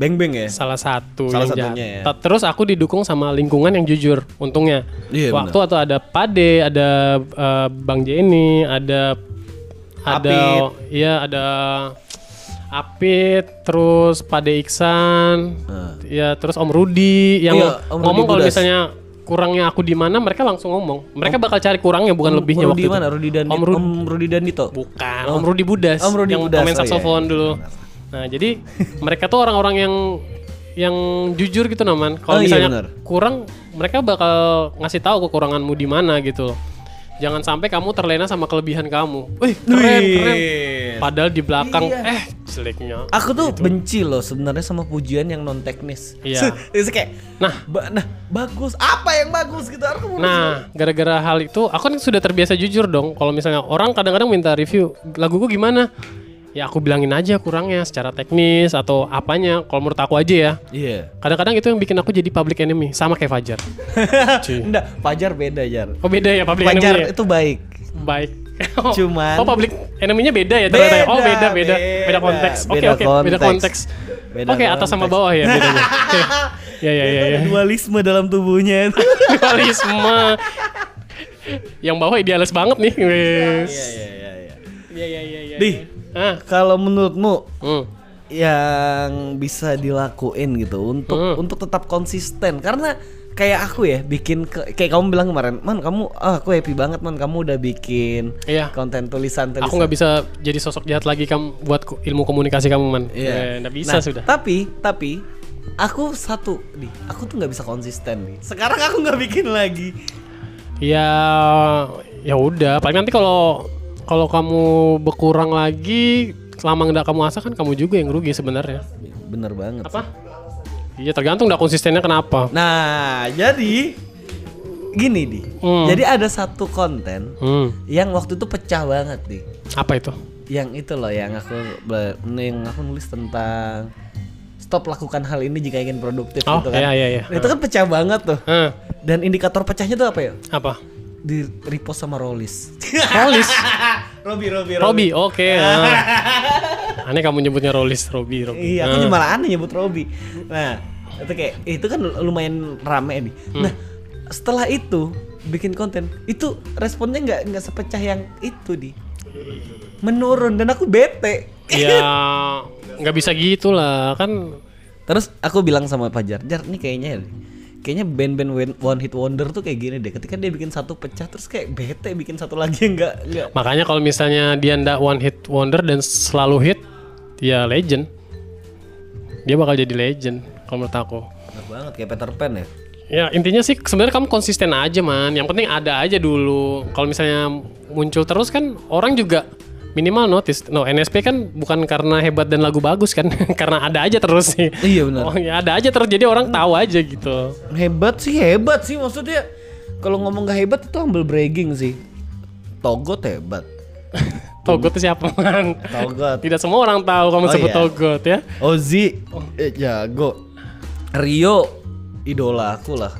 Speaker 2: Beng Beng ya?
Speaker 1: salah satu
Speaker 2: Salah
Speaker 1: yang
Speaker 2: satunya
Speaker 1: jahat.
Speaker 2: ya.
Speaker 1: Ta- Terus aku didukung sama lingkungan yang jujur, untungnya.
Speaker 2: Iya,
Speaker 1: Waktu atau ada Pade, ada eh, Bang Jenny, ada ada iya ada Apit, terus Pade Iksan, ya terus Om Rudi yang
Speaker 2: Nah. Iya, Om Rudi
Speaker 1: ngomong kalau
Speaker 2: Budas.
Speaker 1: misalnya kurangnya aku di mana, mereka langsung ngomong. Mereka bakal cari kurangnya bukan lebihnya waktu
Speaker 2: Rudi mana?
Speaker 1: itu.
Speaker 2: Rudi dan
Speaker 1: Om
Speaker 2: Om,
Speaker 1: Rudi
Speaker 2: Rudi dan Dito.
Speaker 1: Bukan, Om Rudi Budas
Speaker 2: Om Rudi
Speaker 1: yang
Speaker 2: Budas,
Speaker 1: main
Speaker 2: oh iya,
Speaker 1: saksofon dulu. Nah, jadi mereka tuh orang-orang yang yang jujur gitu naman. Kalau
Speaker 2: Oh, iya,
Speaker 1: misalnya
Speaker 2: benar.
Speaker 1: kurang, mereka bakal ngasih tahu kekuranganmu di mana gitu. Jangan sampai kamu terlena sama kelebihan kamu. Wih, keren, keren.
Speaker 2: Wih. Iya.
Speaker 1: Padahal di belakang eh jeleknya.
Speaker 2: Aku tuh benci loh sebenarnya sama pujian yang non teknis.
Speaker 1: Iya.
Speaker 2: Itu kayak
Speaker 1: Nah.
Speaker 2: ba- nah bagus. Apa yang bagus gitu? Aku mau-
Speaker 1: Nah, gara-gara hal itu, aku kan sudah terbiasa jujur dong. Kalau misalnya orang kadang-kadang minta review laguku gimana, ya aku bilangin aja kurangnya secara teknis atau apanya. Kalau menurut aku aja ya.
Speaker 2: Iya.
Speaker 1: Kadang-kadang itu yang bikin aku jadi public enemy, sama kayak Fajar. Cuy.
Speaker 2: Enggak, Fajar beda, Jar.
Speaker 1: Oh beda ya public
Speaker 2: Fajar
Speaker 1: enemy. ya?
Speaker 2: itu baik.
Speaker 1: Baik.
Speaker 2: Cuman-
Speaker 1: oh public enemy-nya beda ya ternyata. ya? oh beda beda
Speaker 2: beda,
Speaker 1: beda konteks. Oke
Speaker 2: beda
Speaker 1: oke beda konteks.
Speaker 2: konteks. Beda
Speaker 1: Oke atas sama
Speaker 2: konteks.
Speaker 1: bawah ya bedanya. Oke. Ya ya ya ya.
Speaker 2: Ada dualisme dalam tubuhnya itu.
Speaker 1: Dualisme. Yang bawah idealis banget nih. Wes.
Speaker 2: Iya iya iya iya.
Speaker 1: Iya iya iya iya.
Speaker 2: Dih.
Speaker 1: Ah.
Speaker 2: Kalau menurutmu
Speaker 1: Hmm.
Speaker 2: yang bisa dilakuin gitu untuk
Speaker 1: Hmm.
Speaker 2: untuk tetap konsisten karena kayak aku ya bikin ke- kayak kamu bilang kemarin man kamu ah, aku happy banget man kamu udah bikin
Speaker 1: Iya.
Speaker 2: konten tulisan tulisan
Speaker 1: Aku nggak bisa jadi sosok jahat lagi kamu buat ku- ilmu komunikasi kamu man.
Speaker 2: Iya.
Speaker 1: Eh, nggak bisa
Speaker 2: Nah,
Speaker 1: sudah.
Speaker 2: Tapi, tapi aku satu di, aku tuh nggak bisa konsisten nih. Sekarang aku nggak bikin lagi.
Speaker 1: Ya ya udah. Paling nanti kalau kalau kamu berkurang lagi selama nggak kamu asah kan kamu juga yang rugi sebenarnya.
Speaker 2: Bener banget.
Speaker 1: Apa? Iya tergantung dah konsistennya kenapa.
Speaker 2: Nah, jadi gini di.
Speaker 1: Hmm.
Speaker 2: Jadi ada satu konten
Speaker 1: Hmm.
Speaker 2: yang waktu itu pecah banget di.
Speaker 1: Apa itu?
Speaker 2: Yang itu loh yang aku bela- yang aku nulis tentang stop lakukan hal ini jika ingin produktif
Speaker 1: Oh,
Speaker 2: gitu kan.
Speaker 1: iya, iya, iya.
Speaker 2: Nah, Itu kan pecah banget tuh.
Speaker 1: Hah,
Speaker 2: Dan indikator pecahnya tuh apa ya?
Speaker 1: apa?
Speaker 2: Di repost sama Rollis.
Speaker 1: Rolis.
Speaker 2: Robi, Robi,
Speaker 1: Robi. Oke. ah. Aneh kamu nyebutnya Rolis, Robi, Robi.
Speaker 2: Iya, aku
Speaker 1: Ah.
Speaker 2: cuma aneh nyebut Robi. Nah, itu kayak itu kan lumayan rame nih. Nah, setelah itu bikin konten, itu responnya nggak nggak sepecah yang itu di. Menurun dan aku bete.
Speaker 1: Ya nggak bisa gitu lah kan.
Speaker 2: Terus aku bilang sama Pajar, Jar nih kayaknya ya, kayaknya band-band win- one hit wonder tuh kayak gini deh. Ketika dia bikin satu pecah terus kayak bete bikin satu lagi yang nggak nggak
Speaker 1: Makanya kalau misalnya dia ndak one hit wonder dan selalu hit, ya legend. Dia bakal jadi legend kalau menurut aku.
Speaker 2: Bener banget kayak Peter Pan ya.
Speaker 1: Ya intinya sih sebenarnya kamu konsisten aja man. Yang penting ada aja dulu. Kalau misalnya muncul terus kan orang juga minimal notice. No NSP kan bukan karena hebat dan lagu bagus kan, karena ada aja terus sih.
Speaker 2: Iya, benar.
Speaker 1: Oh, ya ada aja terus jadi orang tahu aja gitu.
Speaker 2: Hebat sih hebat sih maksudnya kalau ngomong gak hebat itu humble bragging sih. Togot hebat.
Speaker 1: Togot itu siapa man?
Speaker 2: Togot.
Speaker 1: Tidak semua orang tahu kamu
Speaker 2: Oh,
Speaker 1: sebut
Speaker 2: iya.
Speaker 1: Togot ya.
Speaker 2: Ozi eh, jago. Rio idola aku lah.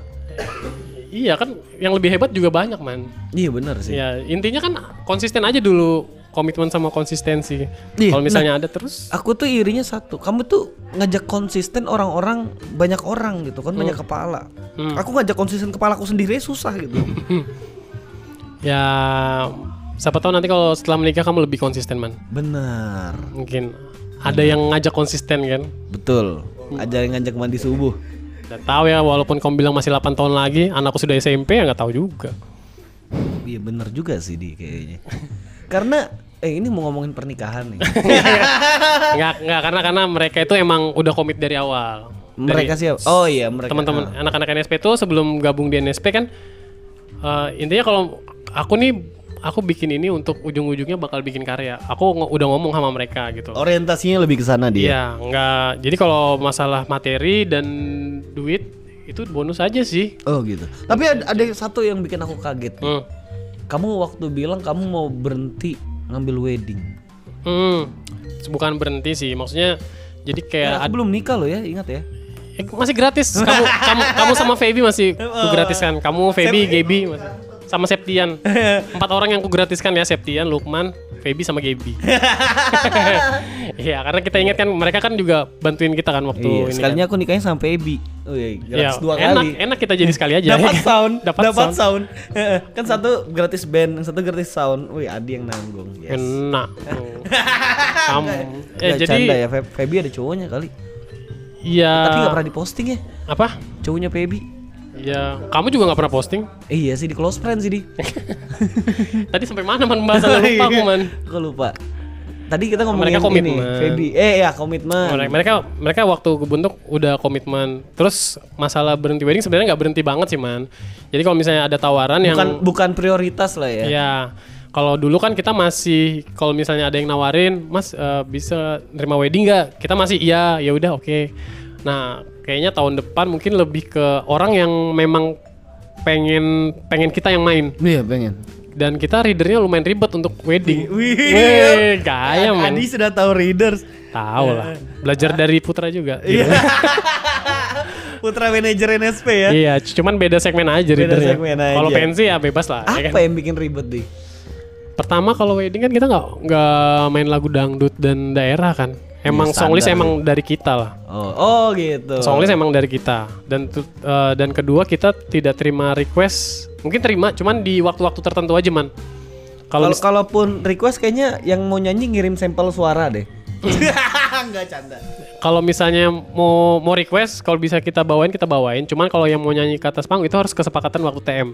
Speaker 1: Iya kan yang lebih hebat juga banyak man.
Speaker 2: Iya benar sih.
Speaker 1: Ya intinya kan konsisten aja dulu komitmen sama konsistensi.
Speaker 2: Iya,
Speaker 1: Kalau misalnya ada terus
Speaker 2: Aku tuh irinya satu. Kamu tuh ngajak konsisten orang-orang banyak orang gitu kan banyak kepala. Aku ngajak konsisten kepalaku sendiri susah gitu.
Speaker 1: ya siapa tahu nanti kalau setelah menikah kamu lebih konsisten man.
Speaker 2: benar.
Speaker 1: Mungkin ada yang ngajak konsisten kan.
Speaker 2: Betul. Ajarin ngajak mandi subuh.
Speaker 1: Nggak tahu ya walaupun kamu bilang masih 8 tahun lagi anakku sudah SMP ya nggak tahu juga.
Speaker 2: Iya benar juga sih di kayaknya. Karena eh ini mau ngomongin pernikahan nih.
Speaker 1: nggak nggak karena karena mereka itu emang udah komit dari awal.
Speaker 2: mereka siapa? Oh iya mereka.
Speaker 1: teman-teman anak-anak NSP itu sebelum gabung di NSP kan eh, intinya kalau aku nih aku bikin ini untuk ujung-ujungnya bakal bikin karya. Aku ngo- udah ngomong sama mereka gitu.
Speaker 2: Ah, orientasinya lebih ke sana dia.
Speaker 1: Iya, nggak. Jadi kalau masalah materi dan duit itu bonus aja sih.
Speaker 2: Oh gitu. Tapi ada, ada satu yang bikin aku kaget.
Speaker 1: Hmm.
Speaker 2: Kamu waktu bilang kamu mau berhenti ngambil wedding.
Speaker 1: Hmm. Bukan berhenti sih, maksudnya jadi kayak
Speaker 2: Aku
Speaker 1: ad-
Speaker 2: belum nikah loh ya, ingat ya.
Speaker 1: eh, masih gratis. Kamu kamu, kamu sama Feby masih
Speaker 2: Oh.
Speaker 1: ku gratiskan. Kamu Feby, Gebi masih- sama Septian. Empat orang yang ku gratiskan ya Septian, Lukman, Feby sama Gebi. Iya, karena kita ingat kan mereka kan juga bantuin kita kan waktu
Speaker 2: iya,
Speaker 1: ini. kan.
Speaker 2: sekalinya aku nikahnya sama Ebi. Oh iya,
Speaker 1: Ya,
Speaker 2: gratis dua
Speaker 1: enak,
Speaker 2: kali.
Speaker 1: enak kita jadi sekali aja.
Speaker 2: Dapat sound,
Speaker 1: Dapat
Speaker 2: dapat,
Speaker 1: sound.
Speaker 2: sound. Heeh. kan satu gratis band, yang satu gratis sound. Wih, Adi yang nanggung. Yes.
Speaker 1: Enak. tuh. Kamu. Eh,
Speaker 2: Nggak
Speaker 1: jadi
Speaker 2: canda ya, Feb- Febi ada cowoknya kali.
Speaker 1: ya
Speaker 2: Tapi nggak pernah diposting ya,
Speaker 1: apa?
Speaker 2: cowoknya Febi.
Speaker 1: Ya, kamu juga nggak pernah posting.
Speaker 2: Eh, iya sih di close friend sih di.
Speaker 1: Tadi sampai mana man pembahasan lupa aku man.
Speaker 2: Iya. Aku lupa. Tadi kita ngomongin
Speaker 1: Mereka komitmen.
Speaker 2: ini, Febi. Eh ya komitmen.
Speaker 1: Mereka mereka, mereka waktu kebentuk udah komitmen. Terus masalah berhenti wedding sebenarnya nggak berhenti banget sih man. Jadi kalau misalnya ada tawaran yang
Speaker 2: bukan bukan prioritas lah ya.
Speaker 1: Ya, kalau dulu kan kita masih kalau misalnya ada yang nawarin, Mas eh, bisa nerima wedding nggak? Kita masih iya, ya udah oke. Nah, kayaknya tahun depan mungkin lebih ke orang yang memang pengen pengen kita yang main
Speaker 2: Iya pengen.
Speaker 1: dan kita readernya lumayan ribet untuk wedding.
Speaker 2: Wih.
Speaker 1: Wih, gaya men.
Speaker 2: Adi sudah tahu readers.
Speaker 1: Tahu lah.
Speaker 2: Eh. Ah.
Speaker 1: Belajar dari Putra juga. Iya,
Speaker 2: Putra manajer NSP ya.
Speaker 1: Iya, cuman beda segmen aja
Speaker 2: Beda
Speaker 1: readernya.
Speaker 2: segmen aja.
Speaker 1: Kalau pensi ya bebas lah. ya kan?
Speaker 2: Apa yang bikin ribet deh?
Speaker 1: pertama kalau wedding kan kita nggak nggak main lagu dangdut dan daerah kan emang
Speaker 2: standar
Speaker 1: songlist
Speaker 2: ya.
Speaker 1: emang dari kita lah
Speaker 2: Oh, oh gitu.
Speaker 1: songlist emang dari kita dan tu- eh, dan kedua kita tidak terima request mungkin terima cuman di waktu-waktu tertentu aja man kalau
Speaker 2: Kalau
Speaker 1: mis-
Speaker 2: kalaupun request kayaknya yang mau nyanyi ngirim sampel suara deh. Enggak canda.
Speaker 1: kalau misalnya mau mau request kalau bisa kita bawain kita bawain cuman kalau yang mau nyanyi ke atas panggung itu harus kesepakatan waktu TM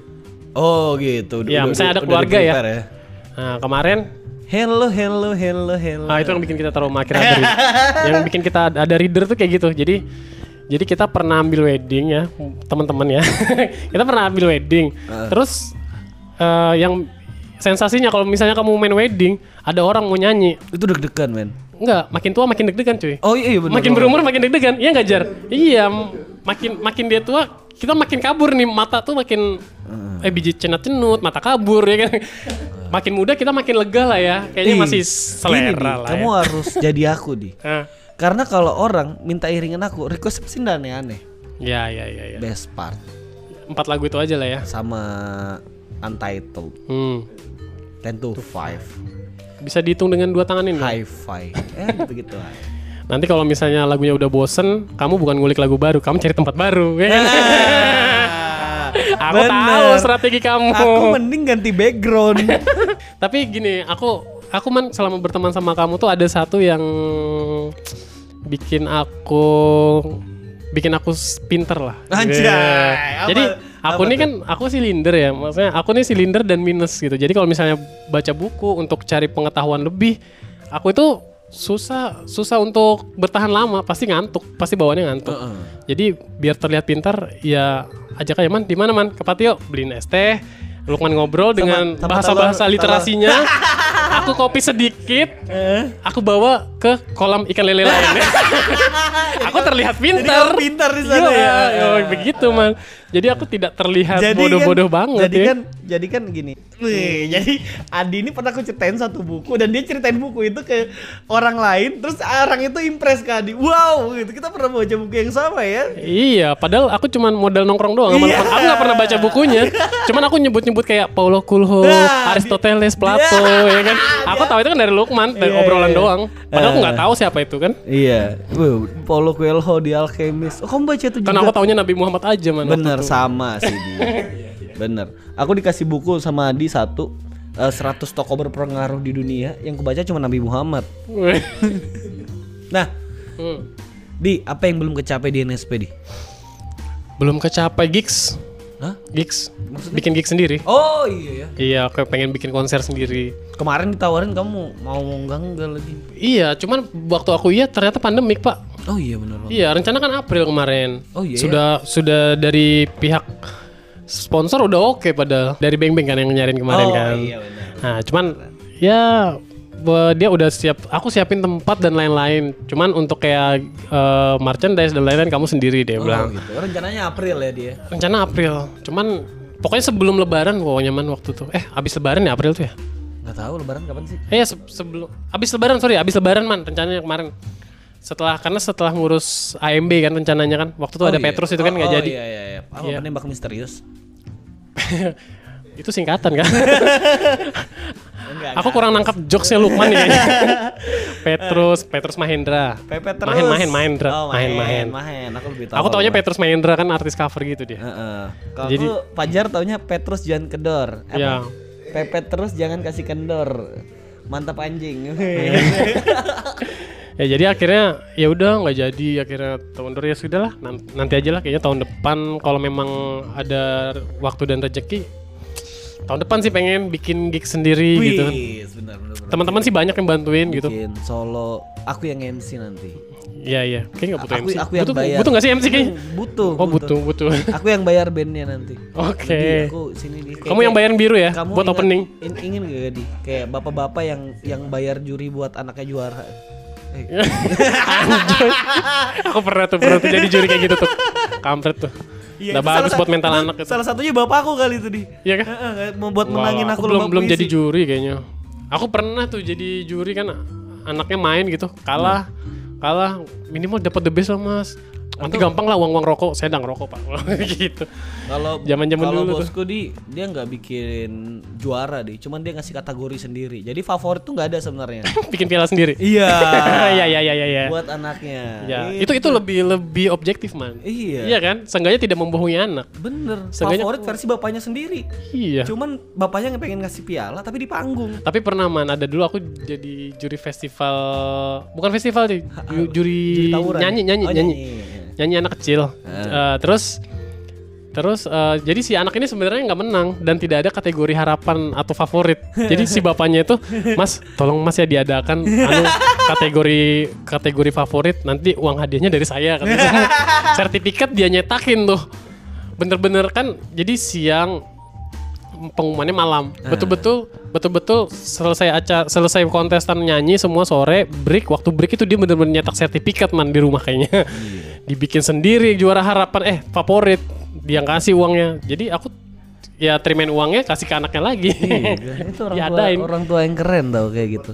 Speaker 2: Oh gitu.
Speaker 1: Ya, misalnya ada
Speaker 2: udah
Speaker 1: keluarga ya.
Speaker 2: di-prepare
Speaker 1: nah kemarin
Speaker 2: Hello, hello, hello, hello.
Speaker 1: Ah itu yang bikin kita trauma akhirnya ada reader. yang bikin kita ada- ada reader tuh kayak gitu. Jadi jadi kita pernah ambil wedding ya, teman-teman ya. kita pernah ambil wedding.
Speaker 2: Ah.
Speaker 1: Terus eh, yang sensasinya kalau misalnya kamu main wedding, ada orang mau nyanyi.
Speaker 2: Itu deg-degan, men.
Speaker 1: Enggak, makin tua makin deg-degan, cuy.
Speaker 2: Oh iya, iya bener.
Speaker 1: makin berumur makin deg-degan. Iya enggak, Jar? Iya, m- makin makin dia tua kita makin kabur nih mata tuh makin
Speaker 2: Ah.
Speaker 1: eh biji cenut-cenut, mata kabur ya kan. makin muda kita makin lega lah ya. Kayaknya
Speaker 2: Ih,
Speaker 1: masih
Speaker 2: gini, Di.
Speaker 1: selera lah.
Speaker 2: Kamu
Speaker 1: ya.
Speaker 2: harus jadi aku, Di.
Speaker 1: Ah.
Speaker 2: Karena kalau orang minta iringan aku, request pasti nggak aneh-aneh.
Speaker 1: Ya, ya, ya, ya.
Speaker 2: Best part
Speaker 1: Empat lagu itu aja lah ya.
Speaker 2: sama Untitled,
Speaker 1: Hmm.
Speaker 2: 10 to 5,
Speaker 1: Bisa dihitung dengan dua tangan ini.
Speaker 2: Hi-Fi. Eh gitu-gitu aja.
Speaker 1: Nanti kalau misalnya lagunya udah bosen, kamu bukan ngulik lagu baru, kamu cari tempat baru. ya kan?
Speaker 2: Nah.
Speaker 1: aku
Speaker 2: Bener.
Speaker 1: tahu strategi kamu.
Speaker 2: Aku mending ganti background.
Speaker 1: Tapi gini, aku aku man selama berteman sama kamu tuh ada satu yang bikin aku bikin aku s- pinter lah.
Speaker 2: Anjay,
Speaker 1: Ya.
Speaker 2: apa-
Speaker 1: Jadi
Speaker 2: apa
Speaker 1: aku nih kan aku silinder ya, maksudnya aku nih silinder dan minus gitu. Jadi kalau misalnya baca buku untuk cari pengetahuan lebih, aku itu susah susah untuk bertahan lama, pasti ngantuk, pasti bawaannya ngantuk. Jadi biar terlihat pintar ya ajak aja man di mana man ke patio beliin es teh Lukman ngobrol dengan
Speaker 2: sama
Speaker 1: bahasa-bahasa
Speaker 2: telur-
Speaker 1: literasinya aku kopi sedikit
Speaker 2: Eh?
Speaker 1: aku bawa ke kolam ikan lele lain aku terlihat pintar
Speaker 2: kamu pintar di sana
Speaker 1: Iya,
Speaker 2: ya. kan-
Speaker 1: iya, begitu man jadi aku tidak terlihat bodoh-bodoh banget
Speaker 2: jadi
Speaker 1: ya. Hmm.
Speaker 2: kan jadi kan gini Wih, jadi Adi ini pernah aku ceritain satu buku dan dia ceritain buku itu ke orang lain terus orang itu impress ke Adi wow gitu kita pernah baca buku yang sama ya
Speaker 1: Iya, padahal aku cuman modal nongkrong doang. sama
Speaker 2: Iya.
Speaker 1: teman. Aku nggak pernah baca bukunya. Cuman aku nyebut-nyebut kayak Paulo Coelho,
Speaker 2: Nah,
Speaker 1: Aristoteles, Plato, ya kan. Aku tahu itu kan dari Lukman, dari
Speaker 2: Iya,
Speaker 1: obrolan
Speaker 2: iya.
Speaker 1: doang. Padahal aku nggak
Speaker 2: Eh.
Speaker 1: tahu siapa itu kan.
Speaker 2: iya Paulo Coelho di Alchemist oh kamu baca itu
Speaker 1: Karena Kan aku taunya Nabi Muhammad aja man. waktu
Speaker 2: bener
Speaker 1: itu.
Speaker 2: sama sih dia bener aku dikasih buku sama Adi satu eh, 100 tokoh berpengaruh di dunia yang kubaca cuma Nabi Muhammad nah
Speaker 1: Hmm.
Speaker 2: Di, apa yang belum kecapai di NSP, Di?
Speaker 1: Belum kecapai gigs,
Speaker 2: Hah?
Speaker 1: gigs. Bikin gigs sendiri.
Speaker 2: Oh iya ya.
Speaker 1: Iya, aku pengen bikin konser sendiri.
Speaker 2: Kemarin ditawarin kamu mau enggak enggak lagi.
Speaker 1: Iya, cuman waktu aku iya ternyata pandemik pak.
Speaker 2: Oh iya benar banget.
Speaker 1: Iya, rencana kan April kemarin.
Speaker 2: Oh, iya,
Speaker 1: Sudah sudah dari pihak sponsor udah oke pada dari Beng Beng kan yang nyariin kemarin
Speaker 2: Oh,
Speaker 1: kan.
Speaker 2: iya, benar.
Speaker 1: Nah, cuman ya be- dia udah siap aku siapin tempat dan lain-lain. Cuman untuk kayak eh, merchandise dan lain-lain kamu sendiri dia bilang.
Speaker 2: gitu. Rencananya April ya dia.
Speaker 1: Rencana April. Cuman pokoknya sebelum lebaran pokoknya man waktu tuh. Eh, habis lebaran ya April tuh ya?
Speaker 2: Enggak tahu lebaran kapan sih?
Speaker 1: Eh ya, se- sebelum habis lebaran sorry habis lebaran man rencananya kemarin setelah karena setelah ngurus AMB kan rencananya kan waktu itu ada Petrus itu kan nggak jadi
Speaker 2: Oh Iya iya iya. Apa penembak misterius?
Speaker 1: itu singkatan kan
Speaker 2: Enggak.
Speaker 1: aku kurang nangkap jokesnya Lukman ya Petrus Petrus Mahendra
Speaker 2: PP terus.
Speaker 1: Mahen Mahen Mahendra
Speaker 2: Oh,
Speaker 1: Mahen Mahen
Speaker 2: Mahen. Mahen. Aku lebih tahu.
Speaker 1: aku taunya Petrus Mahendra kan artis cover gitu dia
Speaker 2: Heeh. Kalau
Speaker 1: Jadi-
Speaker 2: aku Pajar taunya Petrus jangan kedor. Apa?
Speaker 1: Iya.
Speaker 2: PP terus jangan kasih kendor. Mantap
Speaker 1: Iya,
Speaker 2: anjing.
Speaker 1: ya jadi akhirnya ya udah nggak jadi akhirnya tahun depan ya sudah lah nan- nanti aja lah kayaknya tahun depan kalau memang ada waktu dan rezeki tahun depan sih pengen bikin gig sendiri gitu kan
Speaker 2: Wih, benar benar. benar.
Speaker 1: teman-teman sih banyak yang bantuin gitu
Speaker 2: Bikin solo aku yang MC nanti.
Speaker 1: iya iya kayaknya nggak butuh
Speaker 2: Aku-
Speaker 1: MC
Speaker 2: aku yang
Speaker 1: butuh
Speaker 2: bayar.
Speaker 1: butuh nggak sih MC kayaknya
Speaker 2: Butuh.
Speaker 1: oh butuh butuh oke
Speaker 2: Aku yang bayar bandnya nanti. Jadi aku sini di.
Speaker 1: kamu yang bayarin biru ya buat
Speaker 2: ingat-
Speaker 1: opening
Speaker 2: in- ingin gak di kayak bapak-bapak yang yang bayar juri buat anaknya juara. Eh,
Speaker 1: aku pernah tuh pernah tuh jadi juri kayak gitu tuh kampret tuh
Speaker 2: iya,
Speaker 1: udah
Speaker 2: itu salah
Speaker 1: bagus
Speaker 2: sa-
Speaker 1: buat mental
Speaker 2: itu
Speaker 1: anak itu
Speaker 2: Salah satunya bapak aku kali itu di.
Speaker 1: iya kan
Speaker 2: Heeh, kayak membuat
Speaker 1: Wah,
Speaker 2: menangin aku,
Speaker 1: belum
Speaker 2: lomba
Speaker 1: belum
Speaker 2: puisi.
Speaker 1: jadi juri kayaknya aku pernah tuh jadi
Speaker 2: Hmm.
Speaker 1: juri kan anaknya main gitu kalah kalah minimal dapat the best lah mas Nanti gampang lah uang-uang rokok, saya sedang rokok pak. gitu.
Speaker 2: Kalau
Speaker 1: Zaman-zaman
Speaker 2: kalau
Speaker 1: dulu tuh.
Speaker 2: bosku di dia nggak bikin juara deh, cuman dia ngasih kategori sendiri. Jadi favorit tuh nggak ada sebenarnya.
Speaker 1: Bikin piala sendiri.
Speaker 2: iya.
Speaker 1: Iya iya iya iya. iya.
Speaker 2: Buat anaknya.
Speaker 1: Ya,
Speaker 2: Iya.
Speaker 1: itu itu lebih lebih objektif man.
Speaker 2: Iya.
Speaker 1: Iya kan? Seenggaknya tidak membohongi anak.
Speaker 2: Bener.
Speaker 1: Seenggaknya-
Speaker 2: Favorit versi bapaknya sendiri.
Speaker 1: Iya.
Speaker 2: Cuman bapaknya yang pengen ngasih piala tapi di panggung.
Speaker 1: Tapi pernah man ada dulu aku jadi juri festival bukan festival sih, ju- juri,
Speaker 2: Juri tawuran.
Speaker 1: nyanyi nyanyi
Speaker 2: Oh,
Speaker 1: nyanyi.
Speaker 2: nyanyi.
Speaker 1: Nyanyi anak kecil. Eh, terus terus eh, jadi si anak ini sebenarnya nggak menang dan tidak ada kategori harapan atau favorit. Jadi si bapaknya itu, "Mas, tolong Mas ya diadakan anu kategori kategori favorit nanti uang hadiahnya dari saya." katanya. Sertifikat dia nyetakin tuh. Bener-bener kan jadi siang pengumumannya malam.
Speaker 2: Nah.
Speaker 1: Betul-betul betul-betul selesai acara selesai kontestan nyanyi semua sore break waktu break itu dia bener-bener nyetak sertifikat man di rumah kayaknya.
Speaker 2: Iya.
Speaker 1: Dibikin sendiri juara harapan eh favorit dia yang kasih uangnya. Jadi aku ya terimain uangnya kasih ke anaknya lagi.
Speaker 2: itu orang tua,
Speaker 1: Diadain.
Speaker 2: orang tua yang keren tau kayak gitu.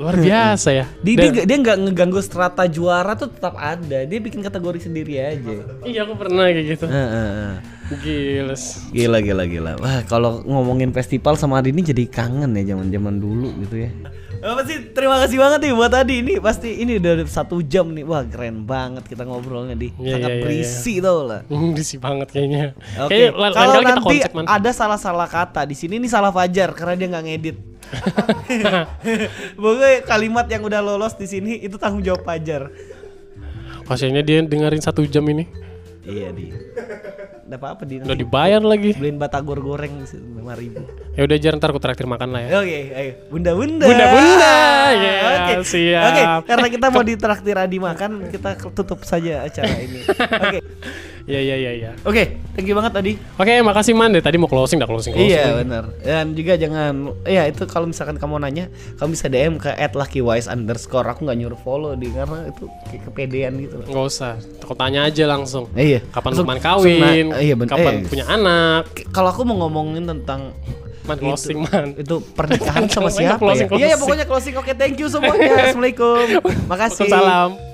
Speaker 1: Luar biasa ya.
Speaker 2: Di-
Speaker 1: Dan-
Speaker 2: dia nggak- dia nggak ngeganggu strata juara tuh tetap ada. Dia bikin kategori sendiri aja.
Speaker 1: Iya aku pernah kayak gitu.
Speaker 2: Heeh, heeh.
Speaker 1: Giles.
Speaker 2: Gila gila gila. Wah, kalau ngomongin festival sama Adi ini jadi kangen ya zaman-zaman dulu gitu ya. Apa sih? Terima kasih banget nih buat Adi ini. Pasti ini udah satu jam nih. Wah, keren banget kita ngobrolnya di.
Speaker 1: Iya,
Speaker 2: Sangat
Speaker 1: iya, iya,
Speaker 2: berisi tau lah.
Speaker 1: Risih banget kayaknya.
Speaker 2: Oke.
Speaker 1: Kayaknya lain
Speaker 2: Kalau
Speaker 1: kali kita
Speaker 2: nanti
Speaker 1: konsep man.
Speaker 2: ada salah-salah kata di sini ini salah Fajar karena dia nggak ngedit. Pokoknya kalimat yang udah lolos di sini itu tanggung jawab Fajar.
Speaker 1: Pasiennya dia dengerin satu jam ini.
Speaker 2: Iya di. Ada apa-apa di
Speaker 1: Udah
Speaker 2: nanti
Speaker 1: dibayar lagi.
Speaker 2: beliin batagor goreng lima ribu.
Speaker 1: Ya udah jar ntar aku traktir makan lah ya.
Speaker 2: Oke, ayo. Bunda-bunda.
Speaker 1: Bunda-bunda, ya,
Speaker 2: Oke.
Speaker 1: siap.
Speaker 2: Oke, karena kita mau ditraktir Adi makan, kita tutup saja acara ini. Oke.
Speaker 1: Iya iya iya iya.
Speaker 2: Oke, thank you banget Adi.
Speaker 1: Oke, makasih Man. Dari tadi mau closing dah closing. closing.
Speaker 2: Iya, benar. Dan juga jangan ya itu kalau misalkan kamu nanya, kamu bisa DM ke @luckywise underscore. Aku nggak nyuruh follow di karena itu kayak kepedean gitu loh.
Speaker 1: Nggak usah. Aku tanya aja langsung.
Speaker 2: Eh, iya.
Speaker 1: Kapan
Speaker 2: Langsung-
Speaker 1: teman
Speaker 2: langsung
Speaker 1: kawin?
Speaker 2: na- iya, ben-
Speaker 1: kapan
Speaker 2: eh.
Speaker 1: punya anak?
Speaker 2: K- Kalau aku mau ngomongin tentang
Speaker 1: Man
Speaker 2: Gitu.
Speaker 1: closing Man.
Speaker 2: itu pernikahan sama
Speaker 1: Closing,
Speaker 2: siapa ya?
Speaker 1: closing,
Speaker 2: Iya, ya
Speaker 1: closing.
Speaker 2: pokoknya closing. Oke, thank you semuanya. Assalamualaikum. Makasih.
Speaker 1: Salam.